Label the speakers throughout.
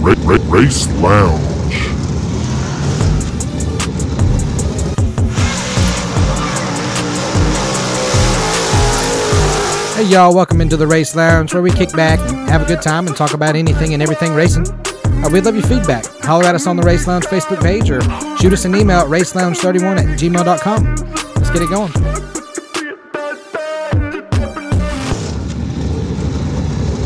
Speaker 1: Ra- Ra- Race Lounge.
Speaker 2: Hey, y'all, welcome into the Race Lounge where we kick back, have a good time, and talk about anything and everything racing. Uh, we'd love your feedback. Holler at us on the Race Lounge Facebook page or shoot us an email at racelounge31 at gmail.com. Let's get it going.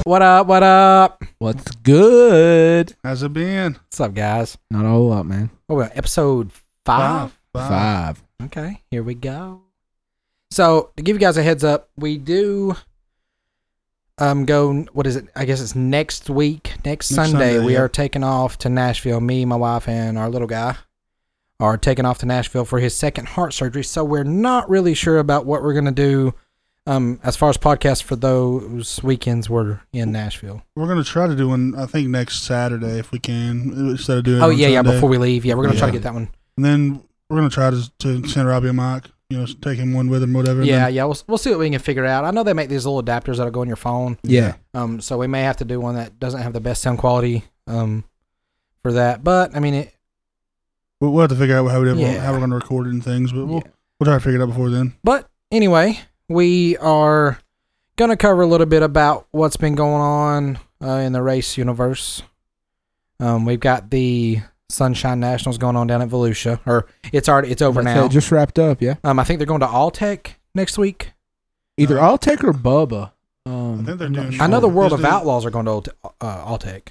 Speaker 2: What up? What up?
Speaker 3: What's good?
Speaker 4: How's it been?
Speaker 2: What's up, guys?
Speaker 3: Not a whole lot, man.
Speaker 2: Oh, well, episode five.
Speaker 3: Five.
Speaker 2: Okay, here we go. So to give you guys a heads up, we do um go what is it? I guess it's next week, next,
Speaker 4: Next
Speaker 2: Sunday,
Speaker 4: Sunday,
Speaker 2: we
Speaker 4: yep.
Speaker 2: are taking off to Nashville. Me, my wife, and our little guy are taking off to Nashville for his second heart surgery. So we're not really sure about what we're gonna do um as far as podcasts for those weekends we're in Nashville.
Speaker 4: We're gonna try to do one. I think next Saturday if we can, instead of doing. it
Speaker 2: oh
Speaker 4: on
Speaker 2: yeah, yeah,
Speaker 4: Sunday.
Speaker 2: before we leave. Yeah, we're gonna try to
Speaker 4: Yeah.
Speaker 2: get that one.
Speaker 4: And then we're gonna try to, to send Robbie a mic. You know, take him one with him, whatever. and
Speaker 2: Yeah,
Speaker 4: then-
Speaker 2: yeah, we'll, we'll see what we can figure out. I know they make these little adapters that'll go in your phone.
Speaker 3: Yeah.
Speaker 2: Um, so we may have to do one that doesn't have the best sound quality um, for that. But I mean, it,
Speaker 4: We'll, we'll have to figure out how we
Speaker 2: Yeah.
Speaker 4: how we're gonna record it and things, but we'll
Speaker 3: Yeah.
Speaker 4: we'll try to figure it out before then.
Speaker 2: but anyway, we are going to cover a little bit about what's been going on uh, in the race universe. Um, we've got the Sunshine Nationals going on down at Volusia, or it's already it's over
Speaker 3: That's
Speaker 2: now.
Speaker 3: it, Just wrapped up, yeah.
Speaker 2: um, I think they're going to Alltech next week.
Speaker 3: Either
Speaker 4: Uh,
Speaker 3: I'll take or Bubba. Um,
Speaker 4: I think they're
Speaker 3: I'm not
Speaker 4: doing-
Speaker 2: I know the
Speaker 4: Sure.
Speaker 2: World of
Speaker 4: Just do-
Speaker 2: Outlaws are going to Alt- uh, Alltech.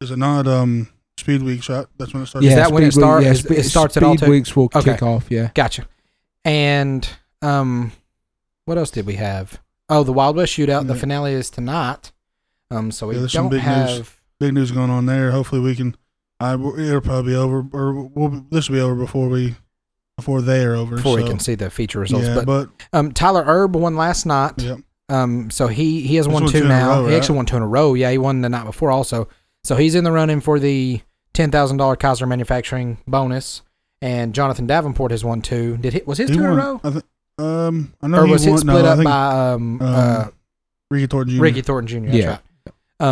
Speaker 4: Is it not um Speed Weeks? Right? That's when it starts.
Speaker 3: Yeah,
Speaker 2: that when it
Speaker 3: Speed Week-
Speaker 2: start-
Speaker 3: Yeah,
Speaker 2: is-
Speaker 3: Spe-
Speaker 2: it starts at
Speaker 3: Speed
Speaker 2: Altec?
Speaker 3: Weeks will
Speaker 2: Okay.
Speaker 3: kick off, yeah.
Speaker 2: Gotcha. And um, what else did we have? Oh, the Wild West Shootout. The
Speaker 4: Yeah.
Speaker 2: finale is tonight. Um, so we
Speaker 4: Mm-hmm. Yeah, there's some
Speaker 2: don't
Speaker 4: big
Speaker 2: have.
Speaker 4: news. Big news going on there. Hopefully we can. I it'll probably be over, or we'll, this will be over before we before they are over.
Speaker 2: Before
Speaker 4: so.
Speaker 2: we can see the feature results,
Speaker 4: Yeah,
Speaker 2: but,
Speaker 4: but,
Speaker 2: um, Tyler Erb won last night.
Speaker 4: Yep.
Speaker 2: Um, so he he has
Speaker 4: He's
Speaker 2: won
Speaker 4: won
Speaker 2: two,
Speaker 4: two in a
Speaker 2: now.
Speaker 4: row,
Speaker 2: He
Speaker 4: right?
Speaker 2: actually won two in a row. Yeah, he won the night before also. So he's in the running for the ten thousand dollar Kaiser Manufacturing bonus. And Jonathan Davenport has won two. Did he, was his
Speaker 4: he
Speaker 2: two in a
Speaker 4: won-
Speaker 2: row,
Speaker 4: I think. Um, I know
Speaker 2: or
Speaker 4: he
Speaker 2: was
Speaker 4: won,
Speaker 2: it split
Speaker 4: no, I
Speaker 2: up
Speaker 4: think,
Speaker 2: by um,
Speaker 4: um,
Speaker 2: uh,
Speaker 4: Ricky Thornton Jr.
Speaker 2: Ricky Thornton Jr. That's
Speaker 3: Yeah.
Speaker 2: right.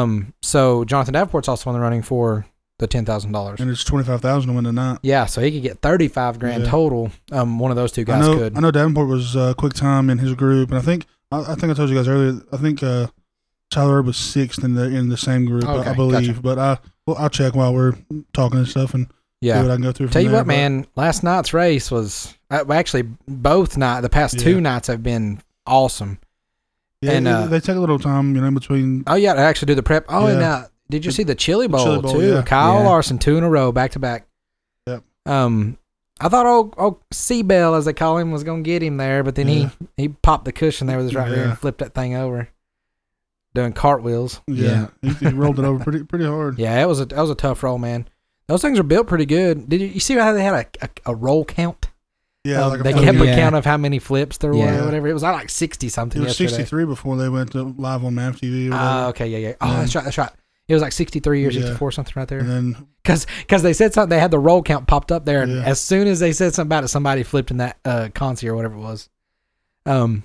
Speaker 2: Um, so Jonathan Davenport's also in the running for the ten thousand dollars.
Speaker 4: and it's twenty five thousand to win tonight.
Speaker 2: Yeah, so he could get thirty five grand
Speaker 4: Yeah.
Speaker 2: total. Um, one of those two
Speaker 4: I
Speaker 2: guys
Speaker 4: know.
Speaker 2: could.
Speaker 4: I know Davenport was uh, quick time in his group, and I think I, I think I told you guys earlier. I think uh, Tyler Erb was sixth in the in the same group, I-
Speaker 2: Okay,
Speaker 4: I, believe. But I well, I'll check while we're talking and stuff, and see
Speaker 2: yeah.
Speaker 4: what I can go through.
Speaker 2: Tell
Speaker 4: from
Speaker 2: you
Speaker 4: there,
Speaker 2: what,
Speaker 4: but-
Speaker 2: man, last night's race was uh, well, actually both night. The past two
Speaker 4: Yeah.
Speaker 2: nights have been awesome.
Speaker 4: Yeah,
Speaker 2: and,
Speaker 4: it-
Speaker 2: uh,
Speaker 4: they take a little time, you know, in between.
Speaker 2: Oh yeah, to actually do the prep. Oh, and
Speaker 4: Yeah.
Speaker 2: uh, did you see the Chili
Speaker 4: The
Speaker 2: Bowl,
Speaker 4: Chili Bowl,
Speaker 2: too?
Speaker 4: yeah.
Speaker 2: Kyle
Speaker 3: Yeah.
Speaker 2: Larson two in a row, back to back.
Speaker 4: Yep.
Speaker 2: Um, I thought old old C Bell, as they call him, was gonna get him there, but then
Speaker 4: Yeah.
Speaker 2: he he popped the cushion there with his right rear
Speaker 4: Yeah. Mm-hmm.
Speaker 2: and flipped that thing over, doing cartwheels.
Speaker 4: Yeah, he, he rolled it over pretty pretty hard.
Speaker 2: Yeah, that was a that was a tough roll, man. Those things are built pretty good. Did you, you see how they had a, a, a roll count?
Speaker 4: Yeah,
Speaker 2: Um,
Speaker 4: like a
Speaker 2: they
Speaker 4: full-
Speaker 2: kept a
Speaker 3: Yeah.
Speaker 2: count of how many flips there were
Speaker 3: Yeah.
Speaker 2: or whatever. It was uh, like sixty
Speaker 4: It
Speaker 2: something
Speaker 4: was
Speaker 2: yesterday.
Speaker 4: sixty three before they went to live on MAV TV. Or whatever.
Speaker 2: Ah, okay, yeah, yeah. Oh,
Speaker 4: Yeah.
Speaker 2: that's right, that's right. It was like sixty three or
Speaker 4: Yeah.
Speaker 2: sixty four something right there.
Speaker 4: and then
Speaker 2: because because they said something. They had the roll count popped up there, and
Speaker 4: Yeah.
Speaker 2: as soon as they said something about it, somebody flipped in that uh, Concy or whatever it was. Um,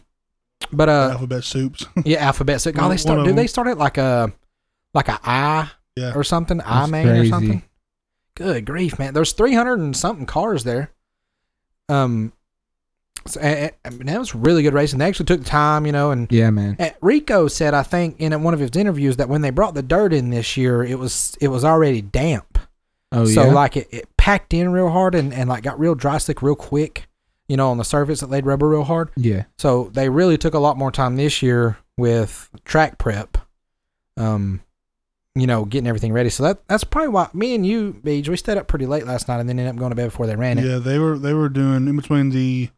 Speaker 2: but uh,
Speaker 4: alphabet soups.
Speaker 2: yeah, alphabet. So, oh,
Speaker 4: One
Speaker 2: they
Speaker 4: of
Speaker 2: start. Do
Speaker 4: them.
Speaker 2: they start at like a like a I
Speaker 4: Yeah.
Speaker 2: or something? I
Speaker 3: That's
Speaker 2: main or
Speaker 3: crazy.
Speaker 2: something. Good grief, man! There's 300 and something cars there. Um, so, and, and- and that was really good racing. They actually took the time, you know, and
Speaker 3: Yeah, man.
Speaker 2: uh, Rico said, I think in one of his interviews that when they brought the dirt in this year, it was it was already damp
Speaker 3: Oh,
Speaker 2: so
Speaker 3: yeah.
Speaker 2: like it, it packed in real hard and, and like got real dry slick real quick you know on the surface it laid rubber real hard
Speaker 3: yeah.
Speaker 2: so they really took a lot more time this year with track prep um you know getting everything ready so that that's probably why me and you Beej, we stayed up pretty late last night and then ended up going to bed before they ran it
Speaker 4: Yeah, they were they were doing in between the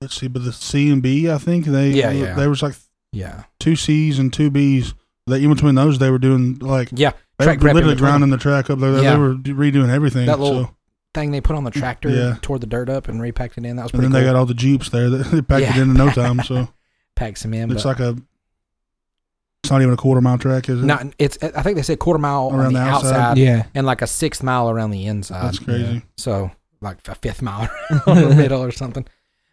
Speaker 4: let's see, but the C and B, I think they
Speaker 2: Yeah, yeah.
Speaker 4: there was like
Speaker 2: yeah
Speaker 4: two C's and two B's. They in between those they were doing like
Speaker 2: yeah
Speaker 4: they
Speaker 2: Track
Speaker 4: were
Speaker 2: prep in
Speaker 4: literally
Speaker 2: between.
Speaker 4: grinding the track up there.
Speaker 2: Yeah.
Speaker 4: They were do- redoing everything.
Speaker 2: That little-
Speaker 4: so.
Speaker 2: thing they put on the tractor
Speaker 4: Mm, Yeah.
Speaker 2: tore the dirt up and repacked it in that was
Speaker 4: and
Speaker 2: pretty cool
Speaker 4: then they got all the jeeps there. That they packed
Speaker 2: Yeah.
Speaker 4: it in in no time. So
Speaker 2: packs them in
Speaker 4: it's
Speaker 2: but
Speaker 4: like a it's not even a quarter mile track, is it?
Speaker 2: not it's i think they said quarter mile on
Speaker 4: Around
Speaker 2: the
Speaker 4: the
Speaker 2: outside,
Speaker 4: outside.
Speaker 3: Yeah.
Speaker 2: and like a sixth mile around the inside
Speaker 4: That's crazy.
Speaker 2: So like a fifth mile around the middle or something.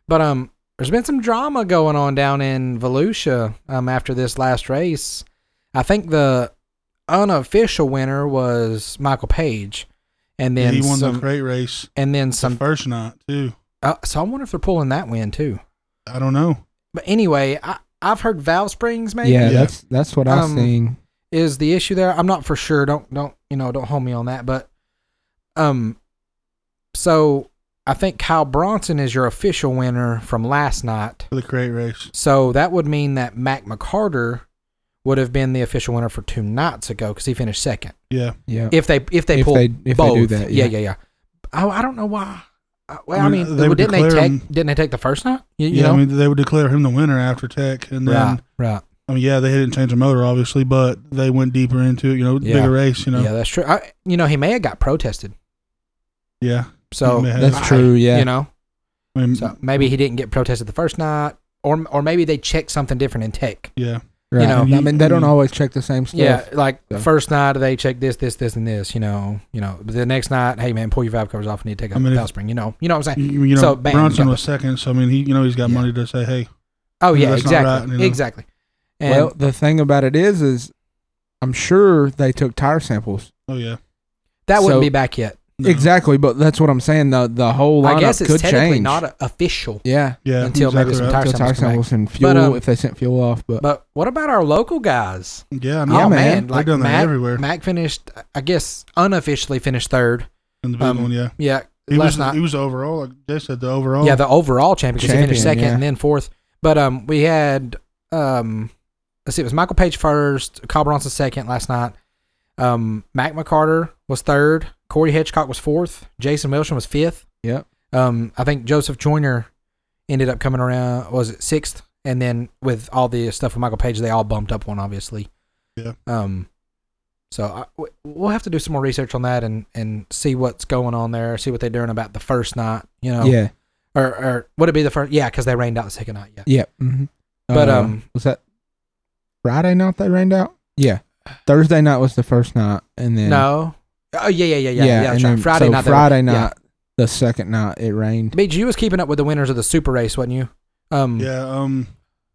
Speaker 2: But um, there's been some drama going on down in Volusia um after this last race. I think the unofficial winner was Michael Page, and
Speaker 4: Yeah,
Speaker 2: then
Speaker 4: he won
Speaker 2: some,
Speaker 4: the crate race
Speaker 2: and then
Speaker 4: the
Speaker 2: some.
Speaker 4: first night too.
Speaker 2: Uh, so I wonder if they're pulling that win too.
Speaker 4: I don't know.
Speaker 2: But anyway, I, I've heard Valve Springs maybe
Speaker 3: yeah,
Speaker 4: Yeah.
Speaker 3: that's that's what I've
Speaker 2: Um,
Speaker 3: seen.
Speaker 2: is the issue there. I'm not for sure. Don't don't you know? Don't hold me on that. But um, so I think Kyle Bronson is your official winner from last night.
Speaker 4: For the crate race,
Speaker 2: So that would mean that Mac McCarter would have been the official winner for two nights ago because he finished second.
Speaker 4: yeah.
Speaker 3: Yeah,
Speaker 2: If they if they
Speaker 3: If
Speaker 2: pull
Speaker 3: they- if they do
Speaker 2: both,
Speaker 3: that,
Speaker 2: yeah,
Speaker 3: yeah.
Speaker 2: yeah, yeah. Oh, I don't know why. I- Well,
Speaker 4: I
Speaker 2: I
Speaker 4: mean,
Speaker 2: mean,
Speaker 4: they would
Speaker 2: didn't they
Speaker 4: declare
Speaker 2: take?
Speaker 4: him-
Speaker 2: Didn't they take the first night? You, you
Speaker 4: yeah,
Speaker 2: know,
Speaker 4: I mean, they would declare him the winner after Tech, and then
Speaker 2: right, right.
Speaker 4: I mean, yeah, they didn't change the motor obviously, but they went deeper into it. You know,
Speaker 2: Yeah.
Speaker 4: bigger race. You know,
Speaker 2: Yeah, that's true. I, you know, he may have got protested.
Speaker 4: yeah.
Speaker 2: So
Speaker 4: He may have.
Speaker 3: that's
Speaker 2: I-
Speaker 3: true. Yeah,
Speaker 2: You know,
Speaker 4: I mean,
Speaker 2: So maybe he didn't get protested the first night, or or maybe they checked something different in tech.
Speaker 4: yeah,
Speaker 3: right.
Speaker 2: know,
Speaker 3: I mean, they don't
Speaker 4: you-
Speaker 3: always check the same stuff.
Speaker 2: Yeah, like
Speaker 3: Yeah.
Speaker 2: first night they check this, this, this, and this. You know, you know. But the next night, hey man, pull your valve covers off and you take
Speaker 4: I
Speaker 2: a
Speaker 4: mean, if-
Speaker 2: valve spring. You know, you know what I'm saying?
Speaker 4: you, you know,
Speaker 2: eh, So, bam,
Speaker 4: Bronson
Speaker 2: got
Speaker 4: was second, so I mean, he, you know, he's got
Speaker 2: Yeah.
Speaker 4: money to say, hey,
Speaker 2: Oh
Speaker 4: yeah,
Speaker 2: yeah,
Speaker 4: that's not
Speaker 2: exactly,
Speaker 4: right, you know.
Speaker 2: exactly. And
Speaker 3: well, the thing about it is, is I'm sure they took tire samples.
Speaker 4: oh yeah,
Speaker 2: that wouldn't
Speaker 3: so-
Speaker 2: be back yet.
Speaker 4: No.
Speaker 3: Exactly, but that's what I'm saying. The the whole lineup
Speaker 2: I guess it's
Speaker 3: could
Speaker 2: technically
Speaker 3: change.
Speaker 2: not a, official.
Speaker 3: yeah,
Speaker 4: yeah,
Speaker 2: Until maybe some
Speaker 4: right.
Speaker 2: tire
Speaker 3: until tire
Speaker 2: samples come back.
Speaker 3: samples and fuel
Speaker 2: um,
Speaker 3: if they sent fuel off. But,
Speaker 2: But what about our local guys?
Speaker 4: Yeah, I know.
Speaker 3: Yeah,
Speaker 2: oh
Speaker 3: man.
Speaker 2: man,
Speaker 4: They've
Speaker 2: like
Speaker 4: done that
Speaker 2: Mac,
Speaker 4: everywhere.
Speaker 2: Mac finished, I guess, unofficially finished third.
Speaker 4: in the big
Speaker 2: um,
Speaker 4: one, yeah.
Speaker 2: Yeah,
Speaker 4: He
Speaker 2: last
Speaker 4: was
Speaker 2: night.
Speaker 4: he was overall, like Jay said, the overall.
Speaker 2: Yeah, the overall champion. 'cause He finished
Speaker 3: Champion,
Speaker 2: second
Speaker 3: yeah.
Speaker 2: and then fourth. But um, we had um, let's see, it was Michael Page first, Kyle Bronson second last night. Um, Mac McCarter was third. Corey Hitchcock was fourth. Jason Wilson was fifth.
Speaker 3: Yep.
Speaker 2: Um, I think Joseph Joyner ended up coming around. Was it sixth? And then with all the stuff with Michael Page, they all bumped up one, obviously.
Speaker 4: Yeah.
Speaker 2: Um. So I, w- we'll have to do some more research on that and, and see what's going on there, see what they're doing about the first night, you know
Speaker 3: yeah,
Speaker 2: or or would it be the first? Yeah, because they rained out the second night. Yeah,
Speaker 3: yeah. mhm.
Speaker 2: But,
Speaker 3: Uh,
Speaker 2: um,
Speaker 3: was that Friday night they rained out? Yeah, Thursday night was the first night, and then
Speaker 2: no. Oh yeah, yeah, yeah, yeah.
Speaker 3: yeah,
Speaker 2: yeah, that's
Speaker 3: and
Speaker 2: right.
Speaker 3: then,
Speaker 2: Friday
Speaker 3: so
Speaker 2: night. they-
Speaker 3: Friday
Speaker 2: yeah.
Speaker 3: night, the second night it rained.
Speaker 2: Beach, you was keeping up with the winners of the super race, wasn't you? Um,
Speaker 4: yeah. Um,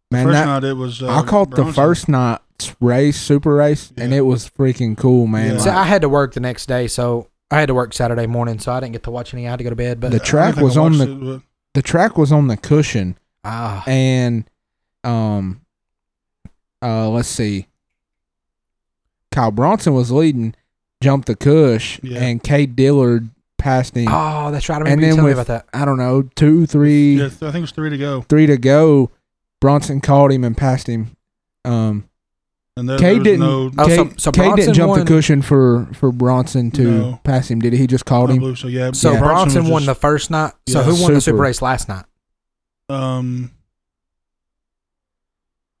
Speaker 3: Man,
Speaker 4: first
Speaker 3: that,
Speaker 4: night it was. Uh,
Speaker 3: I caught the
Speaker 4: Bronson.
Speaker 3: first night's race, super race, and
Speaker 4: Yeah.
Speaker 3: it was freaking cool, man.
Speaker 4: Yeah.
Speaker 2: So
Speaker 3: Like,
Speaker 2: I had to work the next day, so I had to work Saturday morning, so I didn't get to watch any. I had to go to bed,
Speaker 4: I
Speaker 2: but
Speaker 3: The
Speaker 4: don't
Speaker 3: track
Speaker 4: think I
Speaker 3: was on
Speaker 4: watched
Speaker 3: the-
Speaker 4: it, but-
Speaker 3: the track was on the cushion,
Speaker 2: ah,
Speaker 3: and um, uh, let's see, Kyle Bronson was leading, jumped the cush,
Speaker 4: Yeah.
Speaker 3: and Kate Dillard passed him.
Speaker 2: oh, that's right. I remember
Speaker 3: and
Speaker 2: you
Speaker 3: then
Speaker 2: telling me
Speaker 3: with-
Speaker 2: about that.
Speaker 3: I don't know, two, three,
Speaker 4: Yeah, I think it was three to go.
Speaker 3: three to go. Bronson called him and passed him. Um,
Speaker 4: And there,
Speaker 3: Kay
Speaker 4: there was
Speaker 3: didn't-
Speaker 4: no,
Speaker 2: Oh, so-
Speaker 3: Kate,
Speaker 2: so
Speaker 3: Kate
Speaker 2: Bronson
Speaker 3: didn't jump
Speaker 2: won-
Speaker 3: the cushion for for Bronson to
Speaker 4: No.
Speaker 3: pass him. Did he? he just
Speaker 4: I
Speaker 3: called him?
Speaker 4: believe so. Yeah.
Speaker 2: So
Speaker 4: yeah.
Speaker 2: Bronson
Speaker 4: was
Speaker 2: won the
Speaker 4: just,
Speaker 2: first night. So
Speaker 4: Yeah,
Speaker 2: who won the
Speaker 3: super.
Speaker 2: super race last night?
Speaker 4: um.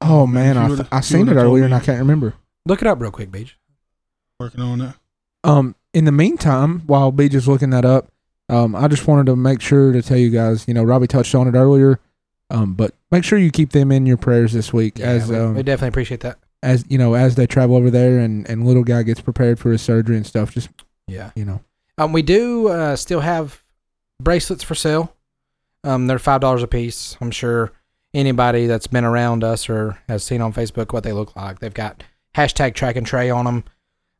Speaker 3: Oh man,
Speaker 4: If you
Speaker 3: I,
Speaker 4: would've-
Speaker 3: th- I
Speaker 4: if you
Speaker 3: seen it
Speaker 4: would've told
Speaker 3: earlier
Speaker 4: me.
Speaker 3: and I can't remember.
Speaker 2: Look it up real quick, Beach.
Speaker 4: Working on it.
Speaker 3: Um, in the meantime, while Beach is looking that up, um, I just wanted to make sure to tell you guys. You know, Robbie touched on it earlier, um, but make sure you keep them in your prayers this week
Speaker 2: Yeah,
Speaker 3: as
Speaker 2: we,
Speaker 3: um,
Speaker 2: we definitely appreciate that.
Speaker 3: as you know as they travel over there and and little guy gets prepared for his surgery and stuff. Just
Speaker 2: Yeah.
Speaker 3: you know,
Speaker 2: Um, we do uh, still have bracelets for sale. Um, they're five dollars a piece. I'm sure anybody that's been around us or has seen on Facebook what they look like. They've got hashtag Track and Trey on them.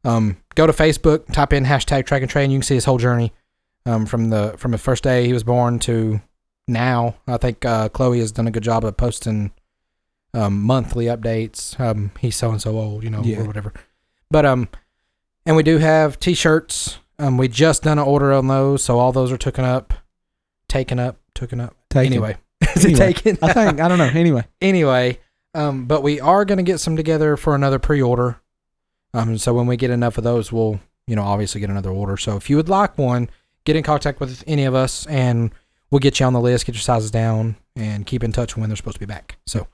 Speaker 2: Um, go to Facebook, type in hashtag Track and Trey, and you can see his whole journey um, from the from the first day he was born to now. I think uh, Chloe has done a good job of posting um, monthly updates. Um, he's so and so old, you know,
Speaker 3: Yeah.
Speaker 2: or whatever. But um, and we do have T-shirts. Um, we just done an order on those, so all those are taken up, taken up, taken up.
Speaker 3: take it.
Speaker 2: anyway,
Speaker 3: Anyway,
Speaker 2: taken.
Speaker 3: I think I don't know. Anyway,
Speaker 2: anyway, um, but we are going to get some together for another pre-order. Um, so when we get enough of those, we'll you know obviously get another order. So if you would like one, get in contact with any of us, and we'll get you on the list, get your sizes down, and keep in touch when they're supposed to be back. So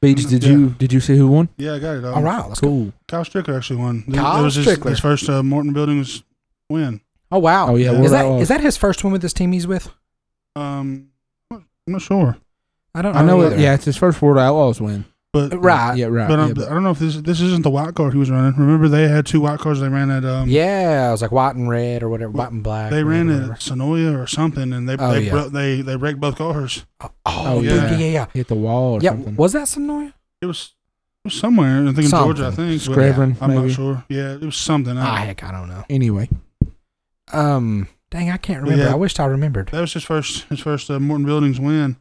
Speaker 3: Beach, did
Speaker 4: Yeah.
Speaker 3: you did you see who won?
Speaker 4: Yeah, I got
Speaker 3: Oh.
Speaker 4: it. Um,
Speaker 2: all right, let's go.
Speaker 3: Cool.
Speaker 4: Kyle Strickler actually won. Th-
Speaker 2: Kyle
Speaker 4: that was his,
Speaker 2: Strickler.
Speaker 4: his first uh, Morton Buildings win.
Speaker 2: Oh wow,
Speaker 3: Oh yeah,
Speaker 4: Is
Speaker 3: we're
Speaker 2: is that
Speaker 3: all-
Speaker 2: is that his first one with this team he's with?
Speaker 4: Um, I'm not sure,
Speaker 2: I don't know.
Speaker 3: I know. It,
Speaker 2: either.
Speaker 3: yeah, it's his first World Outlaws win.
Speaker 4: but
Speaker 2: Right.
Speaker 3: Yeah, right.
Speaker 4: But, um,
Speaker 3: yeah, but-
Speaker 4: I don't know if this this isn't the white card he was running. Remember, they had two white cards they ran at. Um,
Speaker 2: yeah, it was like white and red or whatever, white and black.
Speaker 4: They
Speaker 2: or
Speaker 4: ran
Speaker 2: whatever.
Speaker 4: at Sonoya or something, and they
Speaker 2: Oh,
Speaker 4: they,
Speaker 2: yeah.
Speaker 4: bro- they they wrecked both cars.
Speaker 2: Oh,
Speaker 3: Oh,
Speaker 2: yeah,
Speaker 4: yeah.
Speaker 2: yeah, yeah, yeah.
Speaker 3: hit the wall or
Speaker 2: Yeah,
Speaker 3: something.
Speaker 2: was that some noise?
Speaker 4: It was was somewhere. I think in Georgia. I
Speaker 2: Something.
Speaker 4: think but
Speaker 3: Scrabbin,
Speaker 4: I'm
Speaker 3: maybe.
Speaker 4: not sure. Yeah, it was something.
Speaker 3: Uh,
Speaker 2: Ah,
Speaker 4: I,
Speaker 2: heck, I don't know.
Speaker 3: Anyway,
Speaker 2: Um, dang, I can't
Speaker 4: But
Speaker 2: remember.
Speaker 4: yeah.
Speaker 2: I wished I remembered.
Speaker 4: that was his first his first uh, Morton Buildings win.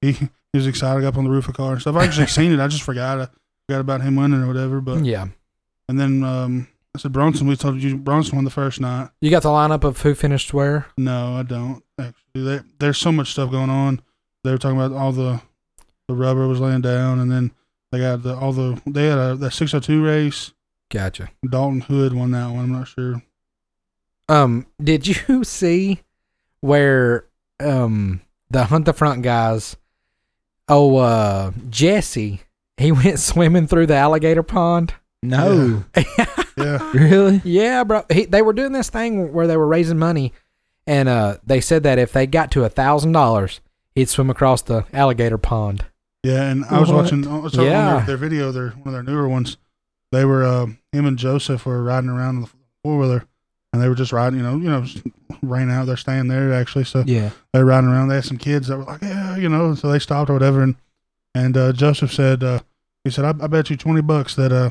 Speaker 4: He, he was excited up on the roof of car and stuff. I actually seen it. I just forgot. I forgot about him winning or whatever. But
Speaker 2: yeah,
Speaker 4: and then um, I said Bronson. We told you Bronson won the first night.
Speaker 2: you got the lineup of who finished where.
Speaker 4: No, I don't actually. There, there's so much stuff going on. They were talking about all the the rubber was laying down, and then they got the all the they had a that 602 race.
Speaker 2: Gotcha.
Speaker 4: Dalton Hood won that one. I'm not sure.
Speaker 2: Um, did you see where um the hunt the front guys? Oh, uh, Jesse, he went swimming through the alligator pond.
Speaker 3: no,
Speaker 4: Yeah,
Speaker 3: really,
Speaker 2: Yeah, bro. He, they were doing this thing where they were raising money, and uh, they said that if they got to a thousand dollars, he'd swim across the alligator pond.
Speaker 4: yeah. And I was
Speaker 3: What?
Speaker 4: watching. I was watching
Speaker 2: Yeah.
Speaker 4: their, their video. Their one of their newer ones. They were uh, him and Joseph were riding around on the four wheeler, and they were just riding. You know, you know, just rain out. They're staying there actually. So
Speaker 3: yeah,
Speaker 4: they were riding around. They had some kids that were like, yeah, you know, so they stopped or whatever. And and uh, Joseph said, uh, he said, I, I bet you twenty bucks that uh,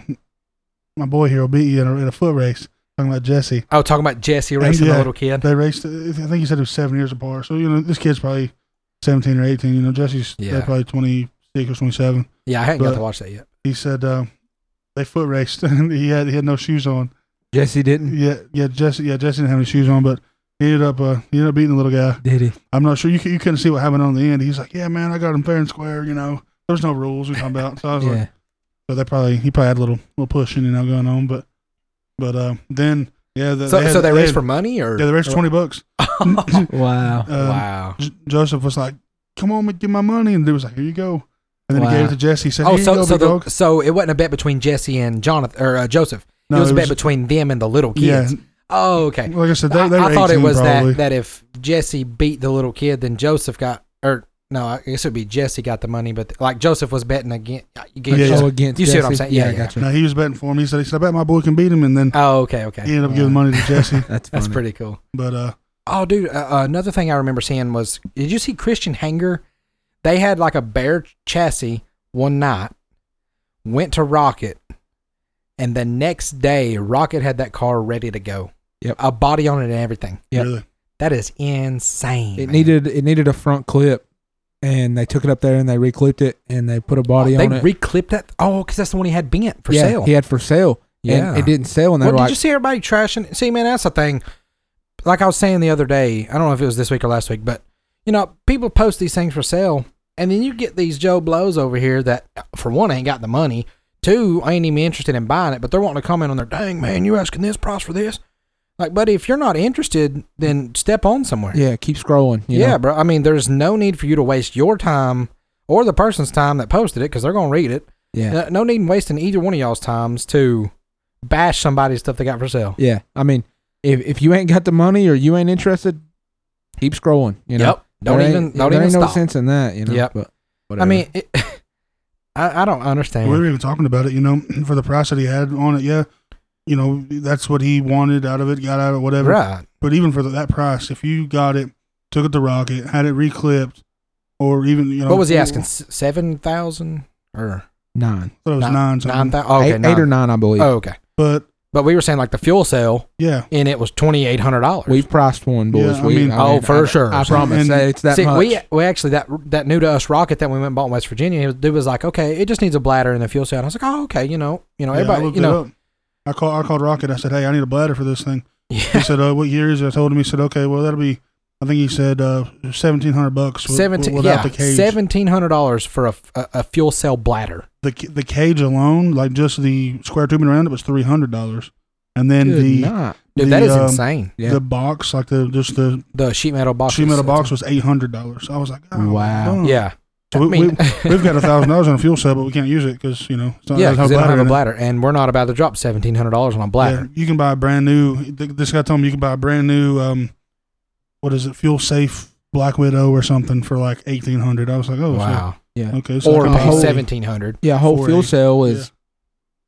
Speaker 4: my boy here will beat you in a, in a foot race. Talking about Jesse,
Speaker 2: Oh, talking about Jesse racing the
Speaker 4: yeah.
Speaker 2: little kid.
Speaker 4: they raced. I think he said it was seven years apart. So you know, this kid's probably seventeen or eighteen. You know, Jesse's they're
Speaker 2: Yeah.
Speaker 4: probably twenty six or twenty seven.
Speaker 2: Yeah, I hadn't got
Speaker 4: But-
Speaker 2: to watch that yet.
Speaker 4: He said uh, they foot raced. and he had he had no shoes on.
Speaker 3: Jesse didn't.
Speaker 4: Yeah, yeah, Jesse, yeah, Jesse didn't have any shoes on, but he ended up uh, he ended up beating the little guy.
Speaker 3: Did he?
Speaker 4: I'm not sure. You, cou- you couldn't see what happened on the end. He's like, yeah, man, I got him fair and square. You know, there's no rules. We talking about. So I was like,
Speaker 3: Yeah,
Speaker 4: so they probably he probably had a little little pushing you know going on, but but uh, then yeah, the,
Speaker 2: So,
Speaker 4: had-
Speaker 2: so they race
Speaker 4: had-
Speaker 2: for money, or
Speaker 4: yeah they raised twenty bucks.
Speaker 3: wow.
Speaker 4: Um,
Speaker 2: wow.
Speaker 4: J- Joseph was like, come on, get my money, and dude was like, here you go, and then
Speaker 3: Wow.
Speaker 4: he gave it to Jesse. He said,
Speaker 2: Oh,
Speaker 4: here you
Speaker 2: so
Speaker 4: go,
Speaker 2: so
Speaker 4: big
Speaker 2: the,
Speaker 4: dog.
Speaker 2: so it wasn't a bet between Jesse and Jonathan or uh, Joseph.
Speaker 4: No,
Speaker 2: it was a
Speaker 4: it
Speaker 2: bet
Speaker 4: was-
Speaker 2: between them and the little
Speaker 4: yeah,
Speaker 2: kids. Oh, okay.
Speaker 4: like I said, they, they
Speaker 2: I,
Speaker 4: were
Speaker 2: I thought it
Speaker 4: 18
Speaker 2: was
Speaker 4: probably.
Speaker 2: that that if Jesse beat the little kid, then Joseph got or no, I guess it'd be Jesse got the money, but like Joseph was betting again. against
Speaker 4: Yeah.
Speaker 2: Joseph.
Speaker 3: Oh, against
Speaker 2: You see what I'm
Speaker 3: Jesse?
Speaker 2: saying? Yeah,
Speaker 3: I
Speaker 2: yeah.
Speaker 3: gotcha.
Speaker 4: No, he was betting for him. He said, he said, I bet my boy can beat him, and then
Speaker 2: Oh, okay, okay.
Speaker 4: he ended up giving money to Jesse.
Speaker 3: That's
Speaker 2: That's
Speaker 3: funny.
Speaker 2: pretty cool.
Speaker 4: But uh,
Speaker 2: Oh, dude, uh, uh, another thing I remember seeing was did you see Christian Hanger? They had like a bear chassis one night, went to Rocket, and the next day Rocket had that car ready to go.
Speaker 3: Yep.
Speaker 2: A body on it and everything.
Speaker 3: Yep.
Speaker 4: really,
Speaker 2: That is insane.
Speaker 3: It
Speaker 2: man.
Speaker 3: needed it needed a front clip, and they took it up there and they reclipped it and they put a body
Speaker 2: they
Speaker 3: on it.
Speaker 2: reclipped that. Oh, because that's the one he had bent for
Speaker 3: yeah,
Speaker 2: sale.
Speaker 3: he had for sale.
Speaker 2: Yeah.
Speaker 3: and it didn't sell, and they
Speaker 2: What,
Speaker 3: were
Speaker 2: did
Speaker 3: like,
Speaker 2: you see everybody trashing? See, man, that's the thing. Like I was saying the other day, I don't know if it was this week or last week, but you know, people post these things for sale, and then you get these Joe blows over here that, for one, ain't got the money. Two, ain't even interested in buying it, but they're wanting to comment on their dang man. You asking this price for this? Like, buddy, if you're not interested, then step on somewhere.
Speaker 3: yeah, keep scrolling. you
Speaker 2: yeah,
Speaker 3: know?
Speaker 2: bro. I mean, there's no need for you to waste your time or the person's time that posted it because they're gonna read it.
Speaker 3: yeah,
Speaker 2: No, no need in wasting either one of y'all's times to bash somebody's stuff they got for sale.
Speaker 3: Yeah, I mean, if if you ain't got the money or you ain't interested, keep scrolling. You know,
Speaker 2: Yep. Don't
Speaker 3: There ain't-
Speaker 2: even don't even
Speaker 3: there ain't no
Speaker 2: stop.
Speaker 3: sense in that. You know,
Speaker 2: Yep.
Speaker 3: But
Speaker 2: I
Speaker 3: whatever.
Speaker 2: mean, it, I I don't understand.
Speaker 4: we were even talking about it. You know, for the price that he had on it, yeah, you know, that's what he wanted out of it, got out of it, whatever.
Speaker 2: right?
Speaker 4: But even for that price, if you got it, took it to Rocket, had it reclipped, or even you know,
Speaker 2: What was he asking?
Speaker 4: I
Speaker 2: S- Seven thousand or
Speaker 3: nine,
Speaker 4: thought it was
Speaker 2: Nine-
Speaker 4: nine,
Speaker 2: nine
Speaker 4: something.
Speaker 2: thousand? Okay,
Speaker 3: eight, eight or nine, I believe.
Speaker 2: Oh, okay.
Speaker 4: But
Speaker 2: But we were saying like the fuel sale,
Speaker 4: yeah,
Speaker 2: and it was twenty eight hundred dollars.
Speaker 3: We've priced one, boys.
Speaker 4: Yeah, I
Speaker 3: we,
Speaker 4: mean-
Speaker 2: Oh,
Speaker 3: mean,
Speaker 2: for
Speaker 3: I-
Speaker 2: sure.
Speaker 3: I promise.
Speaker 4: And-
Speaker 3: that it's that
Speaker 2: See,
Speaker 3: much.
Speaker 2: we we actually that that new to us rocket that we went and bought in West Virginia. It was, dude was like, okay, it just needs a bladder and a fuel cell. And I was like, oh, okay, you know, you know,
Speaker 4: yeah, I
Speaker 2: everybody,
Speaker 4: looked
Speaker 2: you know,
Speaker 4: it up. I called. I called Rocket. I said, "Hey, I need a bladder for this thing." He
Speaker 2: yeah,
Speaker 4: said, uh, "What year is it?" I told him. He said, "Okay, well, that'll be." I think he said uh, seventeen hundred bucks wi-
Speaker 2: seventeen, yeah,
Speaker 4: without the cage.
Speaker 2: seventeen hundred dollars for a, a a fuel cell bladder.
Speaker 4: the ca- the cage alone, like just the square tubing around it, was three hundred dollars, and then
Speaker 3: Good
Speaker 4: the
Speaker 3: night.
Speaker 2: Dude,
Speaker 4: the,
Speaker 2: that is
Speaker 4: um,
Speaker 2: insane.
Speaker 3: Yeah.
Speaker 4: the box, like the just the
Speaker 2: The sheet metal box.
Speaker 4: sheet metal
Speaker 2: is-
Speaker 4: box was eight hundred dollars. I was like, oh,
Speaker 3: Wow.
Speaker 4: damn.
Speaker 2: Yeah.
Speaker 4: So
Speaker 2: Hmm. I
Speaker 4: we,
Speaker 2: mean-
Speaker 4: we, have got a thousand dollars on a fuel cell, but we can't use it because you know it's not
Speaker 2: Yeah,
Speaker 4: it
Speaker 2: because
Speaker 4: doesn't
Speaker 2: they don't have a
Speaker 4: in it.
Speaker 2: bladder, and we're not about to drop seventeen hundred dollars on a
Speaker 4: Yeah,
Speaker 2: bladder.
Speaker 4: you can buy a brand new. th- This guy told me you can buy a brand new. Um, what is it? Fuel safe Black Widow or something for like eighteen hundred. I was like, oh, so-
Speaker 2: wow.
Speaker 4: okay, so
Speaker 2: or
Speaker 4: I can
Speaker 2: pay
Speaker 4: buy-
Speaker 2: seventeen hundred.
Speaker 3: Yeah, a whole
Speaker 4: 480.
Speaker 3: fuel cell is
Speaker 4: Yeah.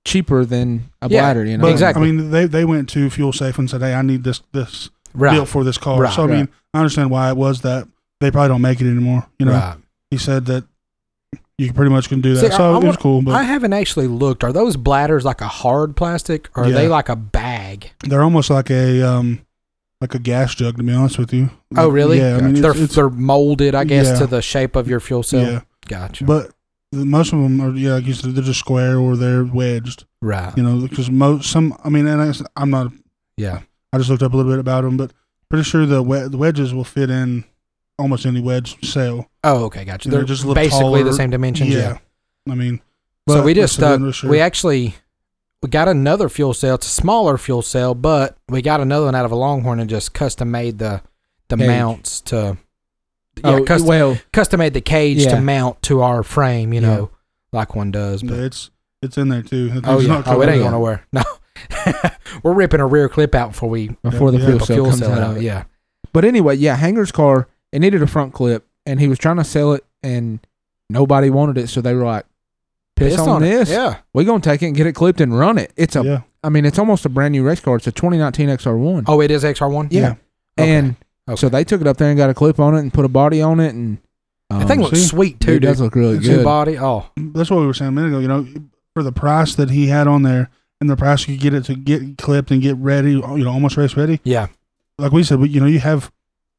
Speaker 3: cheaper than a
Speaker 2: Yeah,
Speaker 3: bladder. You know,
Speaker 4: But,
Speaker 2: Exactly.
Speaker 4: I mean, they they went to fuel safe and said, hey, I need this this
Speaker 2: Right.
Speaker 4: built for this car.
Speaker 2: Right,
Speaker 4: so I mean, I understand why it was that they probably don't make it anymore. You know,
Speaker 2: right.
Speaker 4: he said that you pretty much can do that.
Speaker 2: See, I-
Speaker 4: so
Speaker 2: I
Speaker 4: it was
Speaker 2: want-
Speaker 4: cool, but
Speaker 2: I haven't actually looked. Are those bladders like a hard plastic, or are they
Speaker 4: Yeah.
Speaker 2: like a bag?
Speaker 4: they're almost like a um like a gas jug to be honest with you.
Speaker 2: Oh, really?
Speaker 4: Yeah, I mean,
Speaker 2: they're
Speaker 4: it's, it's-
Speaker 2: they're molded, I guess,
Speaker 4: Yeah.
Speaker 2: to the shape of your fuel cell.
Speaker 4: yeah,
Speaker 2: Gotcha.
Speaker 4: but the- most of them are yeah, like you said, they're just square or they're wedged.
Speaker 2: right.
Speaker 4: You know, because most some I mean, and I, s- I'm not.
Speaker 2: Yeah.
Speaker 4: I just looked up a little bit about them, but pretty sure the, wed- the wedges will fit in almost any wedge cell.
Speaker 2: Oh, okay. Gotcha.
Speaker 4: And they're
Speaker 2: They're
Speaker 4: just
Speaker 2: just
Speaker 4: a little
Speaker 2: basically the
Speaker 4: taller.
Speaker 2: same dimensions. Yeah.
Speaker 4: I mean,
Speaker 2: so
Speaker 4: but
Speaker 2: we just
Speaker 4: it's a
Speaker 2: uh,
Speaker 4: little sure.
Speaker 2: we actually we got another fuel cell. It's a smaller fuel cell, but we got another one out of a Longhorn and just custom made the the
Speaker 3: Cage.
Speaker 2: mounts to yeah
Speaker 3: oh,
Speaker 2: custom
Speaker 3: well,
Speaker 2: custom made the cage
Speaker 3: Yeah.
Speaker 2: to mount to our frame. You know, like one does. But
Speaker 4: Yeah, it's it's in there too. It's
Speaker 2: oh yeah,
Speaker 4: not
Speaker 2: oh it
Speaker 4: covered
Speaker 2: ain't
Speaker 4: up.
Speaker 2: going nowhere. No, we're ripping a rear clip out before we
Speaker 3: before the
Speaker 4: Yeah,
Speaker 3: fuel
Speaker 2: rip a
Speaker 3: cell
Speaker 2: fuel
Speaker 3: comes
Speaker 2: cell
Speaker 3: out.
Speaker 2: out.
Speaker 3: of it.
Speaker 2: Yeah,
Speaker 3: But anyway, yeah, Hanger's car, it needed a front clip, and he was trying to sell it, and nobody wanted it, so they were like, piss,
Speaker 2: Piss
Speaker 3: on,
Speaker 2: it.
Speaker 3: this.
Speaker 2: Yeah,
Speaker 3: We're going to take it and get it clipped and run it. It's a, I
Speaker 4: Yeah,
Speaker 3: mean, it's almost a brand new race car. It's a 2019 XR1.
Speaker 2: oh it is XR one.
Speaker 3: yeah.
Speaker 4: yeah.
Speaker 2: Okay.
Speaker 3: And
Speaker 2: Okay.
Speaker 3: so they took it up there and got a clip on it and put a body on it, and um,
Speaker 2: the thing looks
Speaker 4: see?
Speaker 2: sweet
Speaker 3: dude,
Speaker 2: too,
Speaker 3: it does
Speaker 2: dude.
Speaker 3: look really
Speaker 2: Two
Speaker 3: good.
Speaker 2: body. Oh,
Speaker 4: that's what we were saying a minute ago. You know, for the price that he had on there, and the price you could get it to get clipped and get ready, you know, almost race ready.
Speaker 2: yeah.
Speaker 4: Like we said, we, you know, you have